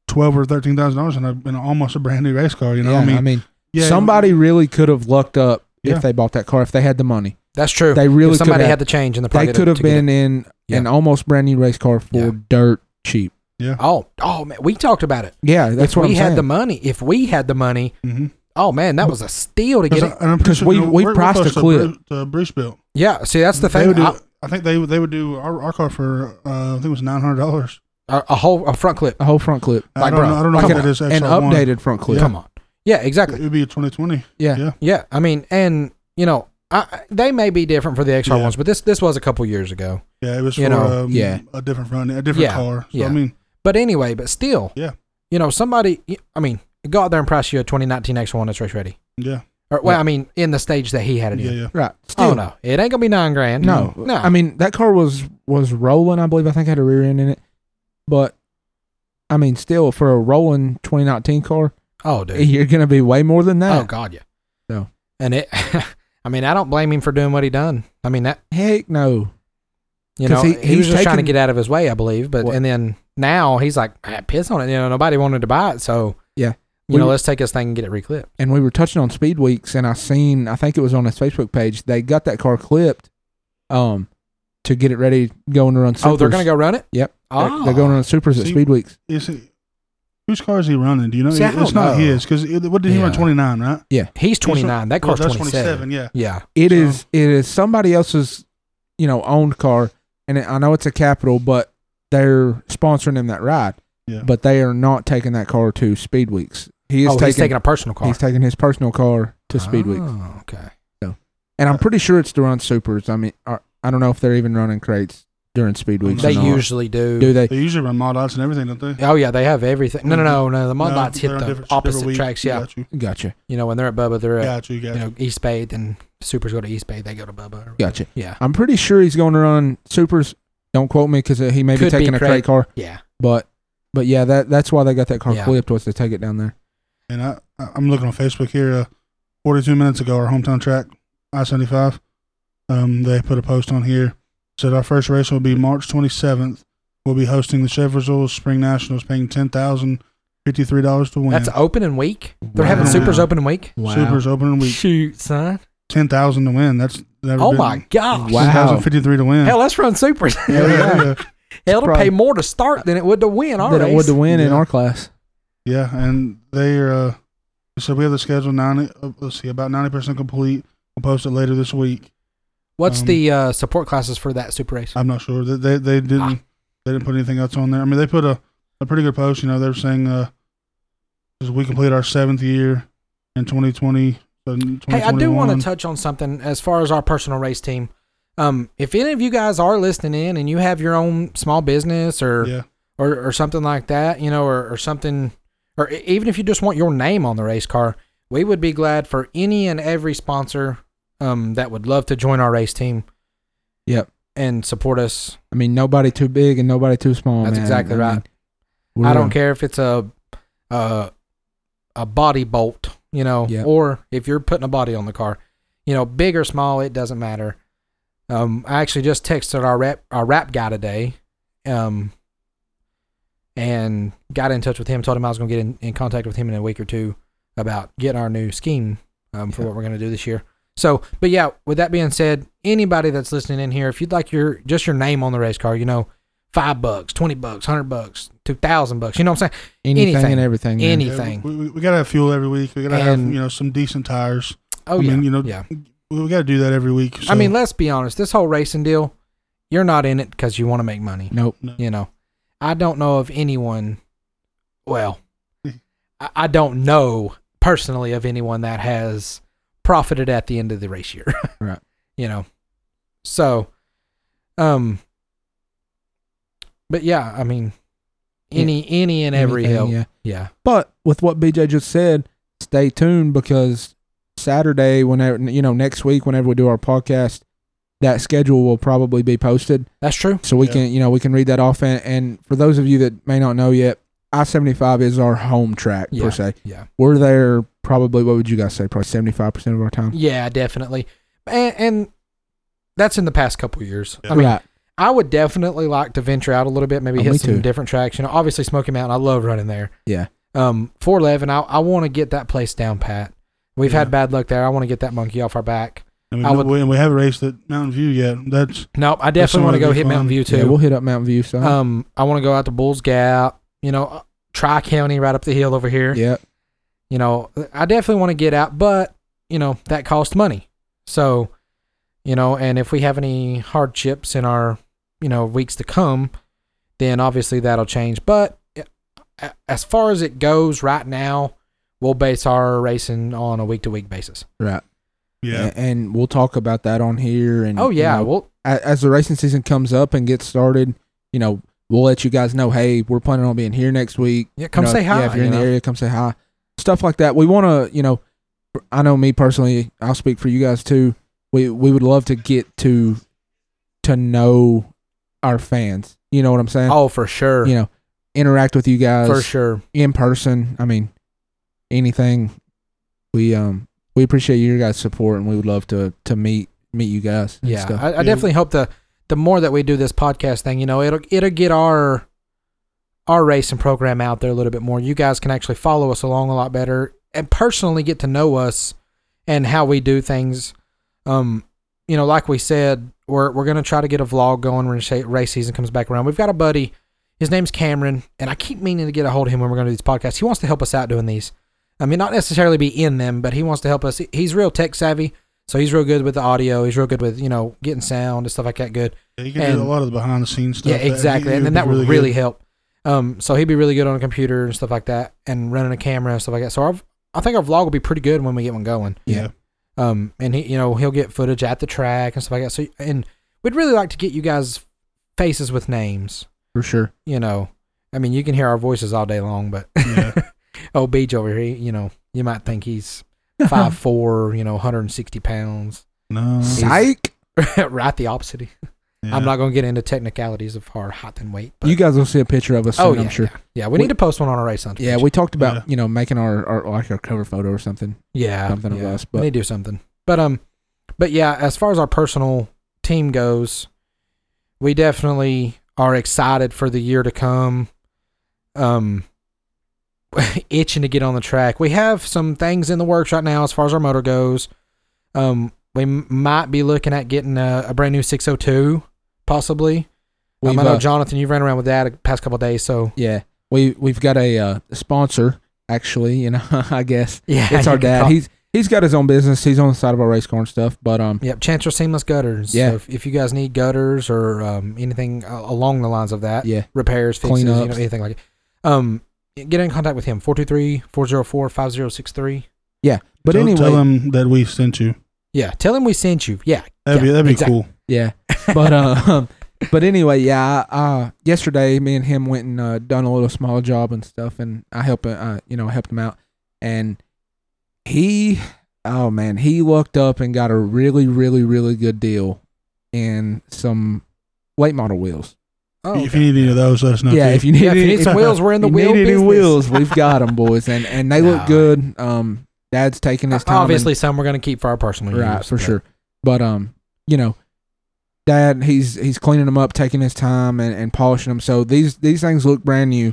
Speaker 4: twelve or thirteen thousand dollars in a in almost a brand new race car. You know,
Speaker 3: yeah,
Speaker 4: what I mean, Yeah,
Speaker 3: somebody really could have lucked up
Speaker 4: Yeah.
Speaker 3: if they bought that car if they had the money.
Speaker 2: That's true.
Speaker 3: They really
Speaker 2: If somebody had
Speaker 3: could have.
Speaker 2: the change in the
Speaker 3: They
Speaker 2: pocket.
Speaker 3: could have been in
Speaker 2: Yeah.
Speaker 3: an almost brand new race car for
Speaker 2: Yeah.
Speaker 3: dirt cheap.
Speaker 2: Oh, oh man, we talked about it.
Speaker 3: Yeah, that's
Speaker 2: if
Speaker 3: what
Speaker 2: we
Speaker 3: I'm
Speaker 2: had
Speaker 3: saying.
Speaker 2: the money, if we had the money,
Speaker 4: hmm
Speaker 2: oh man, that was a steal to get it.
Speaker 3: Because we- we priced a clip.
Speaker 4: to Bruce built.
Speaker 2: Yeah, see, that's the
Speaker 4: They
Speaker 2: thing.
Speaker 4: would do-
Speaker 2: I-
Speaker 4: I think they they would do our, our car for uh, I think it was nine hundred dollars.
Speaker 2: A a whole a front clip.
Speaker 3: a whole front clip,
Speaker 4: I
Speaker 2: Like,
Speaker 4: don't
Speaker 2: bro,
Speaker 4: know. I don't know
Speaker 3: like
Speaker 4: what
Speaker 3: an,
Speaker 4: it is.
Speaker 3: an
Speaker 4: XR1.
Speaker 3: updated front clip.
Speaker 2: Come on. Yeah, exactly.
Speaker 4: It would be a twenty twenty.
Speaker 3: Yeah.
Speaker 4: Yeah.
Speaker 2: Yeah, I mean, and you know, I- I, they may be different for the XR ones, but this this was a couple years ago.
Speaker 4: Yeah, it was
Speaker 2: You
Speaker 4: for
Speaker 2: know,
Speaker 4: um,
Speaker 3: yeah.
Speaker 4: a different front, a different
Speaker 2: Yeah,
Speaker 4: car. So
Speaker 2: yeah.
Speaker 4: I mean,
Speaker 2: But anyway, but still,
Speaker 4: Yeah.
Speaker 2: you know, somebody. I mean, go out there and price you a 2019 X1 that's race ready.
Speaker 4: yeah,
Speaker 2: Or well,
Speaker 3: Yeah.
Speaker 2: I mean, in the stage that he had it
Speaker 4: yeah,
Speaker 2: in.
Speaker 4: yeah.
Speaker 3: Right. Still,
Speaker 2: Oh no, it ain't gonna be nine grand.
Speaker 3: No.
Speaker 2: no.
Speaker 3: I mean, that car was was rolling. I believe I think it had a rear end in it, but I mean, still for a rolling 2019 car,
Speaker 2: oh dude,
Speaker 3: you're gonna be way more than that.
Speaker 2: Oh God, yeah.
Speaker 3: So.
Speaker 2: and it, I mean, I don't blame him for doing what he done. I mean that
Speaker 3: Heck no.
Speaker 2: you
Speaker 3: 'Cause
Speaker 2: know
Speaker 3: he-
Speaker 2: he,
Speaker 3: he's
Speaker 2: was just trying to
Speaker 3: taken-
Speaker 2: get out of his way, I believe. But
Speaker 3: What?
Speaker 2: and then now he's like ah, piss on it. You know, nobody wanted to buy it, so
Speaker 3: Yeah.
Speaker 2: you
Speaker 3: We-
Speaker 2: know, let's take this thing and get it reclipped.
Speaker 3: And we were touching on speed weeks, and I seen I think it was on his Facebook page. They got that car clipped, um, to get it ready going to run. Supers.
Speaker 2: Oh, they're gonna go run it.
Speaker 3: Yep. They're,
Speaker 2: Oh,
Speaker 3: they're going to run supers at
Speaker 4: See-
Speaker 3: speed weeks.
Speaker 4: Is it, whose car is he running? Do you know?
Speaker 2: See, I
Speaker 4: It- it's
Speaker 2: don't
Speaker 4: not
Speaker 2: know.
Speaker 4: his because what did he run?
Speaker 2: Yeah.
Speaker 4: Twenty nine, right?
Speaker 2: He's twenty nine. That
Speaker 4: Well,
Speaker 2: car's
Speaker 4: that's
Speaker 2: twenty seven.
Speaker 4: Yeah,
Speaker 2: Yeah.
Speaker 3: It
Speaker 4: So-
Speaker 3: is. It is somebody else's, you know, owned car, and it, I know it's a capital, but they're sponsoring him that ride.
Speaker 4: Yeah.
Speaker 3: But they are not taking that car to Speed Weeks. He is
Speaker 2: oh,
Speaker 3: taking.
Speaker 2: he's taking a personal car
Speaker 3: he's taking his personal car to Speed Weeks,
Speaker 2: Oh, okay.
Speaker 3: and I'm pretty sure it's to run supers. I mean, I, I don't know if they're even running crates during Speed Weeks. or
Speaker 2: They
Speaker 3: not.
Speaker 2: usually do.
Speaker 3: do they.
Speaker 4: they usually run mod lots and everything, don't they?
Speaker 2: Oh yeah, they have everything. No, no, no, no. The mud
Speaker 4: No,
Speaker 2: lights hit
Speaker 4: they're on
Speaker 2: the
Speaker 4: different-
Speaker 2: opposite
Speaker 4: different week.
Speaker 2: tracks. Yeah,
Speaker 4: got you,
Speaker 3: Gotcha.
Speaker 2: you know when they're at Bubba, they're at
Speaker 4: got you, got
Speaker 2: you
Speaker 4: you.
Speaker 2: know East Bay, then Supers go to East Bay, they go to Bubba. or-
Speaker 3: Gotcha.
Speaker 2: Yeah,
Speaker 3: I'm pretty sure he's going to run supers. Don't quote me because he may be
Speaker 2: Could be
Speaker 3: taking a crate
Speaker 2: crate.
Speaker 3: car,
Speaker 2: yeah.
Speaker 3: but but yeah, that that's why they got that car
Speaker 2: Yeah.
Speaker 3: clipped was to take it down there.
Speaker 4: And I, I- I'm looking on Facebook here. Uh, 42 minutes ago, our hometown track, I-75. Um, they put a post on here. Said our first race will be March 27th. We'll be hosting the Chevrolet Spring Nationals, paying ten thousand fifty-three dollars to win.
Speaker 2: That's opening week. They're having
Speaker 4: Wow.
Speaker 2: Supers opening week.
Speaker 4: Supers opening week,
Speaker 2: Shoot, son!
Speaker 4: ten thousand to win. That's never
Speaker 2: Oh
Speaker 4: been-
Speaker 2: my gosh!
Speaker 3: Wow.
Speaker 4: Ten thousand fifty-three to win.
Speaker 2: Hell, let's run Supers.
Speaker 4: yeah, yeah, yeah.
Speaker 2: Hell, to
Speaker 3: probably-
Speaker 2: pay more to start than it would to win. Our
Speaker 3: That it would
Speaker 2: race.
Speaker 3: to win in
Speaker 4: Yeah.
Speaker 3: our class.
Speaker 4: Yeah, and they are. Uh, so we have the schedule ninety. Uh, let's see, about ninety percent complete. We'll post it later this week.
Speaker 2: What's
Speaker 4: Um,
Speaker 2: the uh, support classes for that Super race?
Speaker 4: I'm not sure. They they, they didn't
Speaker 2: Ah.
Speaker 4: they didn't put anything else on there. I mean, they put a, a pretty good post. You know, they were saying uh, as we complete our seventh year in 2020. So in
Speaker 2: Hey, I do
Speaker 4: 2021.
Speaker 2: want to touch on something as far as our personal race team. Um, if any of you guys are listening in and you have your own small business or
Speaker 4: Yeah,
Speaker 2: or, or something like that, you know, or, or something, or e- even if you just want your name on the race car, we would be glad for any and every sponsor um, that would love to join our race team.
Speaker 3: Yep.
Speaker 2: And support us.
Speaker 3: I mean, nobody too big and nobody too small.
Speaker 2: That's
Speaker 3: man.
Speaker 2: exactly
Speaker 3: I mean,
Speaker 2: right.
Speaker 3: we're-
Speaker 2: I don't care if it's a, a, a body bolt you know,
Speaker 3: Yeah.
Speaker 2: or if you're putting a body on the car, you know, big or small, it doesn't matter. Um, I actually just texted our rap our rap guy today, um, and got in touch with him. Told him I was going to get in, in contact with him in a week or two about getting our new scheme um, for
Speaker 3: Yeah.
Speaker 2: what we're going to do this year. So, but yeah, with that being said, anybody that's listening in here, if you'd like your just your name on the race car, you know, five bucks, twenty bucks, hundred bucks, two thousand bucks, you know what I'm saying?
Speaker 3: Anything,
Speaker 2: Anything.
Speaker 3: and everything. man.
Speaker 2: Any-
Speaker 4: Yeah,
Speaker 2: Anything.
Speaker 4: we, we, we gotta have fuel every week. We gotta
Speaker 2: And-
Speaker 4: have you know some decent tires.
Speaker 2: Oh
Speaker 4: I
Speaker 2: yeah,
Speaker 4: mean, you know,
Speaker 2: yeah.
Speaker 4: We, we gotta do that every week.
Speaker 2: I
Speaker 4: so-
Speaker 2: mean, let's be honest. This whole racing deal, you're not in it because you want to make money.
Speaker 3: Nope.
Speaker 2: You know, I don't know of anyone. Well, I, I don't know personally of anyone that has profited at the end of the race year.
Speaker 3: Right.
Speaker 2: You know, so, um, but yeah, I mean, any any and every
Speaker 3: Anything,
Speaker 2: hill, yeah.
Speaker 3: Yeah. But with what BJ just said, stay tuned because Saturday, whenever you know next week, whenever we do our podcast, that schedule will probably be posted,
Speaker 2: that's true.
Speaker 3: so we
Speaker 4: Yeah.
Speaker 3: can you know we can read that off. And, and for those of you that may not know yet, I seventy five is our home track
Speaker 2: Yeah.
Speaker 3: per se.
Speaker 2: Yeah.
Speaker 3: we're there probably. What would you guys say? Probably seventy five percent of our time.
Speaker 2: Yeah, definitely, and, and that's in the past couple years. I mean,
Speaker 3: right.
Speaker 2: I would definitely like to venture out a little bit, maybe
Speaker 3: Oh, me
Speaker 2: hit some
Speaker 3: too.
Speaker 2: different tracks. You know, obviously Smoky Mountain, I love running there.
Speaker 3: Yeah.
Speaker 2: Um, four eleven, I I want to get that place down pat. We've
Speaker 4: Yeah.
Speaker 2: had bad luck there. I want to get that monkey off our back.
Speaker 4: and we,
Speaker 2: I would-
Speaker 4: we- and we haven't raced at Mountain View yet. That's
Speaker 2: Nope, I
Speaker 4: That's
Speaker 2: definitely want to
Speaker 4: gonna
Speaker 2: go
Speaker 4: be
Speaker 2: hit Mountain
Speaker 4: fun.
Speaker 2: View too.
Speaker 3: Yeah, we'll uh, hit up Mountain View. So
Speaker 2: um, I want to go out to Bulls Gap. You know, uh, Tri County right up the hill over here.
Speaker 3: yeah,
Speaker 2: You know, I definitely want to get out, but you know that costs money. So, you know, and if we have any hardships in our, you know, weeks to come, then obviously that'll change. But eh, a- as far as it goes right now, we'll base our racing on a week to week basis.
Speaker 3: right.
Speaker 4: yeah.
Speaker 3: A- and we'll talk about that on here. And
Speaker 2: Oh yeah,
Speaker 3: Mm, you know,
Speaker 2: well
Speaker 3: a- as the racing season comes up and gets started, you know, we'll let you guys know, hey, we're planning on being here next week.
Speaker 2: yeah, come
Speaker 3: You know,
Speaker 2: say hi.
Speaker 3: Yeah, if you're
Speaker 2: you
Speaker 3: in
Speaker 2: know.
Speaker 3: the area, come say hi. Stuff like that. We want to, you know, I know me personally, I'll speak for you guys too. We we would love to get to to know our fans. You know what I'm saying?
Speaker 2: Oh, for sure,
Speaker 3: You know, interact with you guys
Speaker 2: for sure.
Speaker 3: in person. I mean, anything. We um we appreciate your guys' support and we would love to to meet meet you guys. and
Speaker 2: Yeah,
Speaker 3: stuff.
Speaker 2: I, I definitely hope the the more that we do this podcast thing, you know, it'll it'll get our our racing program out there a little bit more. You guys can actually follow us along a lot better and personally get to know us and how we do things. Um, you know, like we said, we're we're gonna try to get a vlog going when sha- race season comes back around. We've got a buddy, his name's Cameron, and I keep meaning to get a hold of him when we're gonna do these podcasts. He wants to help us out doing these. I mean, not necessarily be in them, but he wants to help us. He- He's real tech savvy, so he's real good with the audio. He's real good with you know getting sound and stuff like that. Good.
Speaker 4: Yeah, you can
Speaker 2: and-
Speaker 4: do a lot of the behind the scenes stuff.
Speaker 2: Yeah, exactly. and then that would really help. Um, so he'd be really good on a computer and stuff like that, and running a camera and stuff like that. So our, I think our vlog will be pretty good when we get one going.
Speaker 3: Yeah.
Speaker 2: Um, and he, you know, he'll get footage at the track and stuff like that. So, and we'd really like to get you guys faces with names.
Speaker 3: for sure.
Speaker 2: You know, I mean, you can hear our voices all day long, but
Speaker 4: Yeah.
Speaker 2: oh, Beach over here, he- you know, you might think he's five four, you know, 160 pounds,
Speaker 4: no.
Speaker 3: Psych.
Speaker 2: right? The opposite.
Speaker 4: yeah.
Speaker 2: I'm not gonna get into technicalities of our height and weight. But
Speaker 3: you guys will see a picture of us. Soon,
Speaker 2: Oh, yeah,
Speaker 3: I'm sure.
Speaker 2: yeah, yeah. We,
Speaker 3: We-
Speaker 2: need to post one on our race hunter.
Speaker 3: Yeah, we talked about
Speaker 4: Yeah.
Speaker 3: you know making our, our like our cover photo or something.
Speaker 2: yeah
Speaker 3: something of
Speaker 2: yeah.
Speaker 3: us,
Speaker 2: we
Speaker 3: but-
Speaker 2: need to do something. But um, but yeah, as far as our personal team goes, we definitely are excited for the year to come. Um, itching to get on the track. We have some things in the works right now as far as our motor goes. Um, we m- might be looking at getting a, a brand new 602, possibly. Um,
Speaker 3: We've,
Speaker 2: I know
Speaker 3: uh,
Speaker 2: Jonathan, you ran around with that the past couple of days, so
Speaker 3: Yeah, we we've got a uh, sponsor actually. You know, I guess
Speaker 2: yeah,
Speaker 3: it's our
Speaker 2: you can
Speaker 3: dad.
Speaker 2: call-
Speaker 3: He's he's got his own business. He's on the side of our race car and stuff. But um,
Speaker 2: Yep, Chancellor Seamless Gutters.
Speaker 3: Yeah.
Speaker 2: So if, if you guys need gutters or um, anything uh, along the lines of that,
Speaker 3: Yeah.
Speaker 2: repairs, fixes, you know,
Speaker 3: Cleanups.
Speaker 2: anything like it, um, get in contact with him 423 404 5063.
Speaker 3: but
Speaker 4: Tell-
Speaker 3: anyway,
Speaker 4: tell them that we sent you.
Speaker 2: Yeah, tell him we sent you. Yeah.
Speaker 4: That'd be
Speaker 2: Yeah,
Speaker 4: that'd be
Speaker 2: exactly.
Speaker 4: cool.
Speaker 3: yeah. But um, but anyway, yeah. I, uh, yesterday, me and him went and uh, done a little small job and stuff, and I helped uh, you know helped him out, and he, oh man, he looked up and got a really really really good deal in some late model wheels.
Speaker 2: Oh,
Speaker 4: If you need any of those, let us know.
Speaker 3: yeah,
Speaker 4: too.
Speaker 3: if you need,
Speaker 2: yeah, if you
Speaker 3: any,
Speaker 2: need some wheels, we're in the
Speaker 3: you
Speaker 2: wheel
Speaker 3: need any
Speaker 2: business.
Speaker 3: wheels, we've got them, boys, and and they
Speaker 2: Nah.
Speaker 3: look good. Um, Dad's taking his time. and-
Speaker 2: Obviously, some we're gonna keep for our personal
Speaker 3: right
Speaker 2: use,
Speaker 3: for
Speaker 2: but-
Speaker 3: sure but um you know dad he's he's cleaning them up taking his time and, and polishing them so these these things look brand new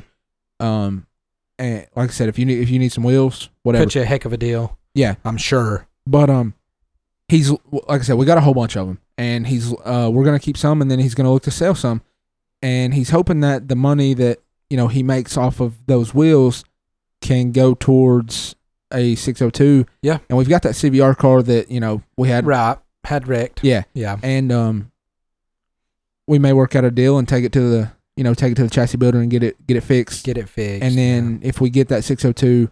Speaker 3: um and like i said if you need if you need some wheels whatever
Speaker 2: Cut you a heck of a deal.
Speaker 3: Yeah.
Speaker 2: I'm sure.
Speaker 3: but um he's like i said we got a whole bunch of them and he's uh we're gonna keep some and then he's gonna look to sell some and he's hoping that the money that you know he makes off of those wheels can go towards a 602
Speaker 2: Yeah.
Speaker 3: and we've got that cvr car that you know we had
Speaker 2: Right. Had wrecked.
Speaker 3: yeah
Speaker 2: Yeah.
Speaker 3: and um, we may work out a deal and take it to the you know take it to the chassis builder and get it get it fixed.
Speaker 2: Get it fixed.
Speaker 3: and then if we get that 602,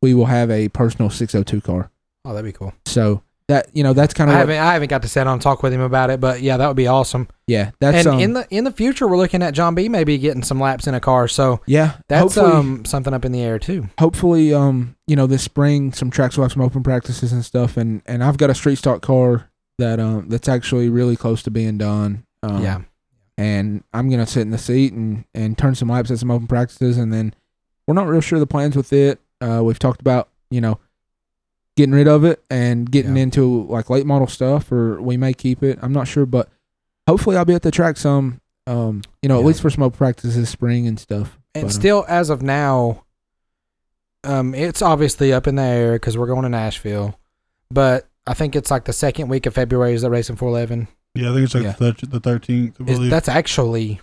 Speaker 3: we will have a personal 602 car.
Speaker 2: yeah. oh, that'd be cool.
Speaker 3: So that you know that's kind
Speaker 2: I
Speaker 3: of what,
Speaker 2: haven't I haven't got to sit down and talk with him about it, but yeah, that would be awesome.
Speaker 3: yeah that's
Speaker 2: and
Speaker 3: um,
Speaker 2: in the in the future, we're looking at John B. maybe getting some laps in a car, so
Speaker 3: yeah
Speaker 2: that's
Speaker 3: hopefully,
Speaker 2: um something up in the air too.
Speaker 3: hopefully um you know this spring some tracks will have some open practices and stuff and and I've got a street stock car that um that's actually really close to being done. Um,
Speaker 2: yeah,
Speaker 3: and I'm gonna sit in the seat and and turn some laps at some open practices, and then we're not real sure the plans with it. Uh, we've talked about you know getting rid of it and getting
Speaker 2: Yeah.
Speaker 3: into like late model stuff, or we may keep it. I'm not sure, but hopefully I'll be at the track some. Um, you know, at
Speaker 2: Yeah.
Speaker 3: least for some open practices this spring and stuff.
Speaker 2: and
Speaker 3: But, um,
Speaker 2: still as of now, um, it's obviously up in the air because we're going to Nashville, but I think it's like the second week of February is that racing four eleven.
Speaker 4: Yeah, I think it's like
Speaker 3: Yeah.
Speaker 4: the thir- the thirteenth. I believe.
Speaker 2: That's actually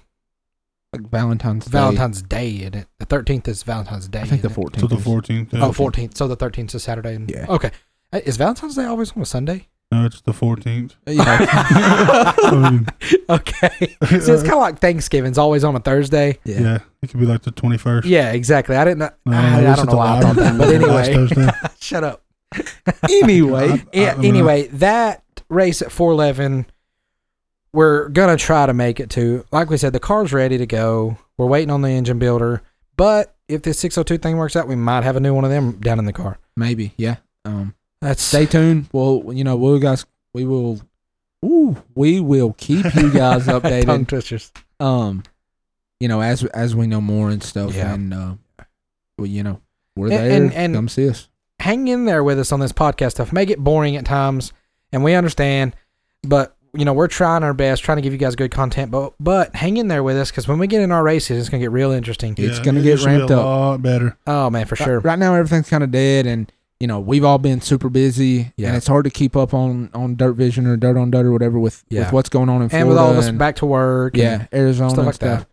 Speaker 3: like Valentine's Day.
Speaker 2: Valentine's Day, isn't it? The thirteenth is Valentine's Day.
Speaker 3: I think the
Speaker 2: isn't it?
Speaker 4: to
Speaker 3: 14th.
Speaker 4: the
Speaker 3: is-
Speaker 4: fourteenth.
Speaker 2: Oh, 14th. So the thirteenth is Saturday.
Speaker 3: Yeah.
Speaker 2: Okay. Uh, Is Valentine's Day always on a Sunday?
Speaker 4: No, it's the fourteenth.
Speaker 3: Yeah.
Speaker 2: okay. So it's kind of like Thanksgiving's always on a Thursday.
Speaker 3: yeah.
Speaker 4: yeah, it could be like the twenty first.
Speaker 2: Yeah, exactly. I didn't. I, I don't know why I thought that, but anyway, shut up.
Speaker 3: Anyway,
Speaker 2: Yeah. Anyway, that race at 411, we're gonna try to make it to. Like we said, the car's ready to go. We're waiting on the engine builder, but if this 602 thing works out, we might have a new one of them down in the car.
Speaker 3: maybe. Yeah. Um,
Speaker 2: That's
Speaker 3: stay tuned. Well, you know, we'll guys, we will, ooh, we will keep you guys
Speaker 2: tongue
Speaker 3: updated.
Speaker 2: twisters.
Speaker 3: um, you know, as as we know more and stuff,
Speaker 2: Yeah.
Speaker 3: and uh, well, you know, we're
Speaker 2: And-
Speaker 3: there.
Speaker 2: and- and-
Speaker 3: Come see us.
Speaker 2: hang in there with us on this podcast stuff. May get boring at times, and we understand, but you know we're trying our best, trying to give you guys good content. But but hang in there with us because when we get in our races, it's gonna get real interesting.
Speaker 3: Yeah. It's gonna get ramped
Speaker 4: a
Speaker 3: up.
Speaker 4: lot better.
Speaker 2: Oh man, for sure.
Speaker 3: Right, right now, everything's kind of dead, and you know, we've all been super busy,
Speaker 2: Yeah.
Speaker 3: and it's hard to keep up on on Dirt Vision or Dirt on Dirt or whatever with
Speaker 2: Yeah.
Speaker 3: with what's going on in Florida
Speaker 2: And with all of us
Speaker 3: and-
Speaker 2: back to work, and-
Speaker 3: yeah, Arizona
Speaker 2: stuff
Speaker 3: and
Speaker 2: like
Speaker 3: stuff.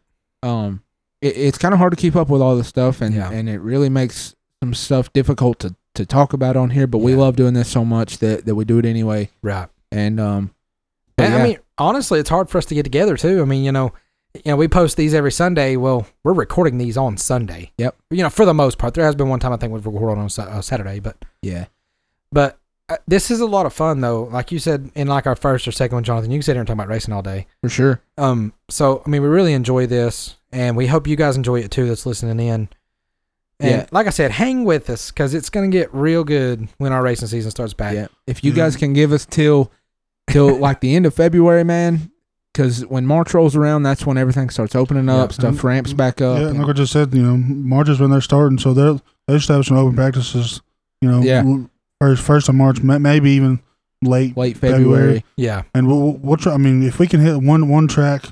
Speaker 3: Um, it, it's kind of hard to keep up with all this stuff, and
Speaker 2: Yeah.
Speaker 3: and it really makes some stuff difficult to to talk about on here. But we
Speaker 2: Yeah.
Speaker 3: love doing this so much that that we do it anyway.
Speaker 2: right.
Speaker 3: And um, but
Speaker 2: And,
Speaker 3: yeah,
Speaker 2: I mean, honestly, it's hard for us to get together too. I mean, you know, you know, we post these every Sunday. Well, we're recording these on Sunday.
Speaker 3: Yep.
Speaker 2: You know, for the most part, there has been one time I think we've recorded on Sa- uh, Saturday, but
Speaker 3: yeah,
Speaker 2: But uh, this is a lot of fun, though. Like you said in like our first or second one, Jonathan, you can sit here and talk about racing all day.
Speaker 3: for sure.
Speaker 2: Um, so I mean, we really enjoy this, and we hope you guys enjoy it too. That's listening in. And
Speaker 3: Yeah.
Speaker 2: like I said, hang with us because it's gonna get real good when our racing season starts back.
Speaker 3: Yeah, if you
Speaker 2: Mm-hmm.
Speaker 4: Mhm.
Speaker 3: guys can give us till till like the end of February, man, because when March rolls around, that's when everything starts opening up,
Speaker 2: Yeah. Mm-hmm.
Speaker 3: stuff ramps back up.
Speaker 4: Yeah, and
Speaker 3: and-
Speaker 4: like I just said, you know, March is when they're starting, so they're they should have some open practices. You know,
Speaker 3: Yeah.
Speaker 4: w- first first of March, ma- maybe even late
Speaker 3: late February.
Speaker 2: Yeah.
Speaker 4: And we'll, we'll- we'll try. I mean, if we can hit one one track,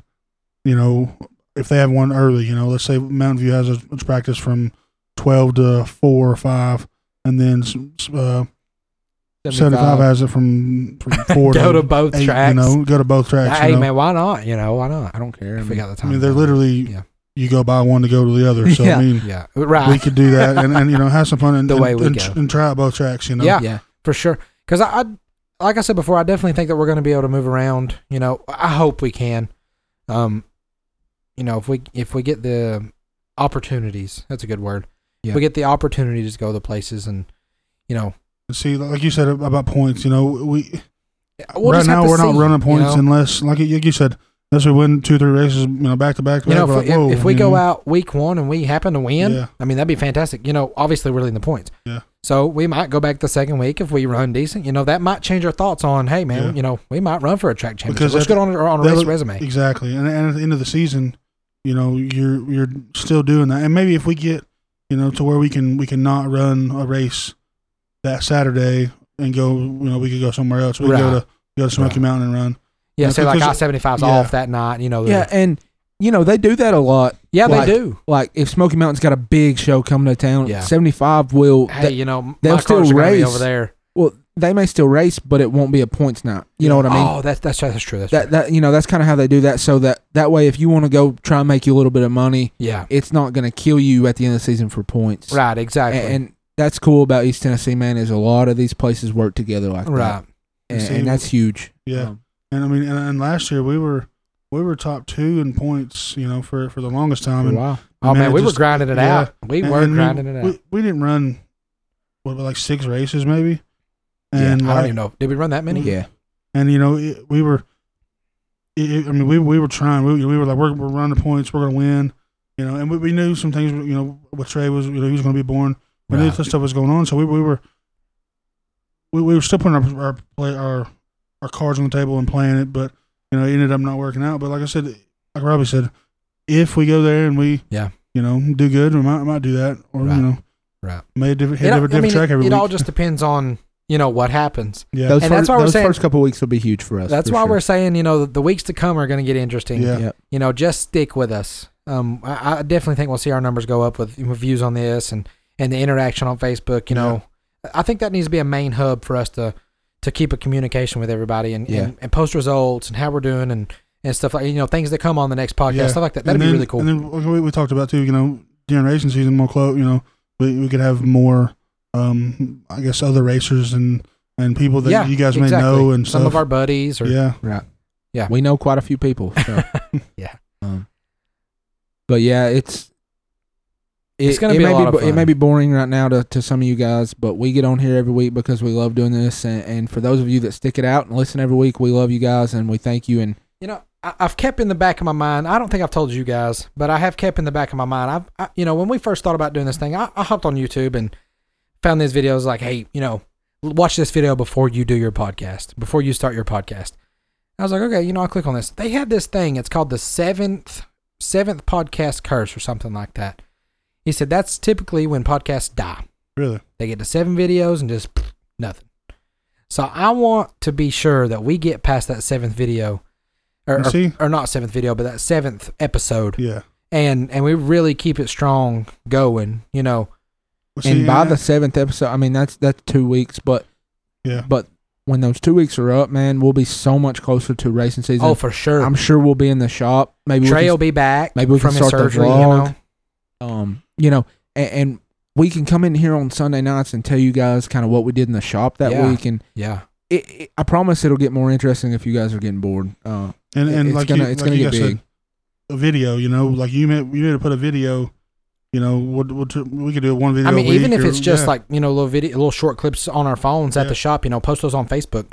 Speaker 4: you know, if they have one early, you know, let's say Mountain View has a its practice from twelve to four or five, and then s- s- uh, seventy five has it from, from four
Speaker 2: Go to both
Speaker 4: eight,
Speaker 2: tracks.
Speaker 4: You know, go to both tracks.
Speaker 2: hey
Speaker 4: you know?
Speaker 2: man, why not? You know, why not?
Speaker 3: I don't care. I
Speaker 2: If we
Speaker 3: mean,
Speaker 2: got the
Speaker 4: I
Speaker 2: time.
Speaker 4: mean, they're literally
Speaker 2: Yeah.
Speaker 4: you go by one to go to the other. So
Speaker 3: Yeah.
Speaker 4: I mean,
Speaker 2: yeah,
Speaker 4: we
Speaker 2: right
Speaker 4: could do that and, and you know have some fun and
Speaker 2: The way
Speaker 4: and,
Speaker 2: we
Speaker 4: and,
Speaker 2: go.
Speaker 4: and try out both tracks. You know,
Speaker 2: Yeah.
Speaker 3: yeah,
Speaker 2: for sure. Because I, I, like I said before, I definitely think that we're going to be able to move around. You know, I hope we can. Um, you know, if we if we get the opportunities, that's a good word.
Speaker 3: Yeah.
Speaker 2: We get the opportunity to just go to places and, you know,
Speaker 4: See, like you said about points, you know, we
Speaker 2: we'll
Speaker 4: right
Speaker 2: just have
Speaker 4: now
Speaker 2: to
Speaker 4: we're not
Speaker 2: see,
Speaker 4: running
Speaker 2: you
Speaker 4: points
Speaker 2: know?
Speaker 4: unless, like you you said, unless we win two, three races, you know, back to back. to
Speaker 2: You know,
Speaker 4: back, we're
Speaker 2: if,
Speaker 4: like,
Speaker 2: we, if,
Speaker 4: whoa, Mm-hmm.
Speaker 2: we
Speaker 4: you
Speaker 2: go
Speaker 4: know.
Speaker 2: out week one and we happen to win,
Speaker 4: Yeah.
Speaker 2: I mean that'd be fantastic. You know, obviously we're leading the points.
Speaker 4: Yeah.
Speaker 2: So we might go back the second week if we run decent. You know, that might change our thoughts on, hey man,
Speaker 4: Yeah.
Speaker 2: you know, we might run for a track championship.
Speaker 4: Because
Speaker 2: Let's
Speaker 4: that-
Speaker 2: get on our on a
Speaker 4: that e-,
Speaker 2: race
Speaker 4: would-
Speaker 2: resume.
Speaker 4: exactly, and, and at the end of the season, you know, you're you're still doing that, and maybe if we get, you know, to where we can we can not run a race, that Saturday and go. You know, we could go somewhere else. We could go
Speaker 2: Right.
Speaker 4: to go to Smoky
Speaker 2: Right.
Speaker 4: Mountain and run.
Speaker 2: Yeah,
Speaker 4: Yeah,
Speaker 2: so like I
Speaker 4: 'cause-
Speaker 2: seventy five's
Speaker 4: yeah.
Speaker 2: off that night. You know,
Speaker 3: Yeah, and you know they do that a lot.
Speaker 2: yeah, they
Speaker 3: like-
Speaker 2: do.
Speaker 3: Like if Smoky Mountain's got a big show coming to town,
Speaker 2: Yeah.
Speaker 3: seventy five will.
Speaker 2: Hey,
Speaker 3: they,
Speaker 2: you know,
Speaker 3: they'll
Speaker 2: my
Speaker 3: still
Speaker 2: car's gonna be
Speaker 3: race.
Speaker 2: over there.
Speaker 3: well, they may still race, but it won't be a points night. You know what I mean?
Speaker 2: oh, that's that's that's true. That's
Speaker 3: that
Speaker 2: true.
Speaker 3: that you know that's kind of how they do that. So that that way, if you want to go try and make you a little bit of money,
Speaker 2: Yeah,
Speaker 3: it's not going to kill you at the end of the season for points.
Speaker 2: right,
Speaker 3: A-
Speaker 2: exactly.
Speaker 3: And, that's cool about East Tennessee, man. Is a lot of these places work together
Speaker 2: right.
Speaker 3: like
Speaker 2: Oh.
Speaker 3: that, and,
Speaker 4: See,
Speaker 3: and that's huge.
Speaker 4: Yeah,
Speaker 3: Um,
Speaker 4: and I mean, and, and last year we were we were top two in points. You know, for for the longest time. And,
Speaker 3: wow.
Speaker 2: Oh man,
Speaker 4: it
Speaker 2: we
Speaker 4: just-
Speaker 2: were grinding it
Speaker 4: yeah.
Speaker 2: out. We
Speaker 4: and-
Speaker 2: were
Speaker 4: and
Speaker 2: grinding it out.
Speaker 4: We, we didn't run what like six races maybe. And
Speaker 2: yeah, I
Speaker 4: like,
Speaker 2: don't even know. Did we run that many?
Speaker 3: Yeah,
Speaker 4: and you know it, we were it, it- i mean we, we were trying we, we were like we're, we're running points we're gonna win you know and we, we knew some things you know what trey was you know he was gonna be born we knew
Speaker 2: Right.
Speaker 4: this stuff was going on so we, we were we, we were still putting our our, play, our our cards on the table and playing it but you know it ended up not working out but like i said like robbie said if we go there and we
Speaker 2: Yeah.
Speaker 4: you know do good we might, might do that or
Speaker 2: Right.
Speaker 4: you know
Speaker 2: Right.
Speaker 4: may a different, hit
Speaker 2: It,
Speaker 4: a
Speaker 2: all-
Speaker 4: different,
Speaker 2: I mean,
Speaker 4: track every
Speaker 2: it, it
Speaker 4: week
Speaker 2: all just depends on you know what happens.
Speaker 4: yeah
Speaker 3: those,
Speaker 2: And
Speaker 3: first,
Speaker 2: that's why we're
Speaker 3: those
Speaker 2: saying-
Speaker 3: first couple weeks will be huge for us.
Speaker 2: That's
Speaker 3: for
Speaker 2: why
Speaker 3: sure.
Speaker 2: we're saying you know the weeks to come are going to get interesting.
Speaker 4: Yeah.
Speaker 3: Yep.
Speaker 2: You know, just stick with us. Um, I, I definitely think we'll see our numbers go up with reviews on this and and the interaction on Facebook. You know, I think that needs to be a main hub for us to to keep a communication with everybody and,
Speaker 3: Yeah.
Speaker 2: and, and post results and how we're doing and and stuff like you know things that come on the next podcast
Speaker 4: Yeah.
Speaker 2: stuff like that. That'd
Speaker 4: and
Speaker 2: be
Speaker 4: then,
Speaker 2: really cool.
Speaker 4: And then we, we talked about too, you know, during racing season, more close, you know, we, we could have more, um, I guess, other racers and and people that you guys may
Speaker 2: exactly.
Speaker 4: know and
Speaker 2: some
Speaker 4: stuff.
Speaker 2: of our buddies or
Speaker 4: yeah,
Speaker 2: Yeah.
Speaker 3: we know quite a few people. So.
Speaker 2: Yeah.
Speaker 3: Um, but yeah, it's it,
Speaker 2: It's gonna
Speaker 3: it
Speaker 2: be a
Speaker 3: may
Speaker 2: lot of
Speaker 3: bo- It may
Speaker 2: fun.
Speaker 3: be boring right now to, to some of you guys, but we get on here every week because we love doing this. And, and for those of you that stick it out and listen every week, we love you guys and we thank you. And
Speaker 2: You know, I, I've kept in the back of my mind. I don't think I've told you guys, but I have kept in the back of my mind. I've, I, you know, when we first thought about doing this thing, I, I hopped on YouTube and found these videos like, hey, you know, watch this video before you do your podcast, before you start your podcast. I was like, okay, you know, I'll click on this. They had this thing. It's called the seventh, seventh podcast curse or something like that. He said that's typically when podcasts die.
Speaker 4: really.
Speaker 2: They get to seven videos and just pfft, nothing. So I want to be sure that we get past that seventh video, or,
Speaker 4: You
Speaker 2: or-
Speaker 4: see?
Speaker 2: or not seventh video, but that seventh episode,
Speaker 4: Yeah.
Speaker 2: and and we really keep it strong going. You know,
Speaker 4: Well, see,
Speaker 3: and by the seventh episode, I mean that's that's two weeks, but
Speaker 4: yeah,
Speaker 3: but when those two weeks are up, man, we'll be so much closer to racing season.
Speaker 2: oh for sure,
Speaker 3: I'm sure we'll be in the shop. Maybe
Speaker 2: Trey will
Speaker 3: we
Speaker 2: be back.
Speaker 3: maybe we
Speaker 2: from
Speaker 3: can
Speaker 2: his
Speaker 3: start the
Speaker 2: surgery. You
Speaker 3: vlog.
Speaker 2: know,
Speaker 3: can, um, you know, and, and we can come in here on Sunday nights and tell you guys kind of what we did in the shop that
Speaker 2: Yeah.
Speaker 3: week and.
Speaker 2: yeah,
Speaker 3: it, it, I promise it'll get more interesting if you guys are getting bored. Uh,
Speaker 4: and and
Speaker 3: it's
Speaker 4: like
Speaker 3: gonna
Speaker 4: you,
Speaker 3: it's
Speaker 4: like
Speaker 3: gonna
Speaker 4: you
Speaker 3: get
Speaker 4: guys
Speaker 3: big.
Speaker 4: said, a video, you
Speaker 2: Mm-hmm.
Speaker 4: know, like you may you need to put a video. You know, we'll, we'll do- we could do one video.
Speaker 2: I mean,
Speaker 4: a week
Speaker 2: even if
Speaker 4: or-
Speaker 2: it's just
Speaker 4: yeah.
Speaker 2: like you know little video, little short clips on our phones at
Speaker 4: Yeah.
Speaker 2: the shop. You know, post those on Facebook.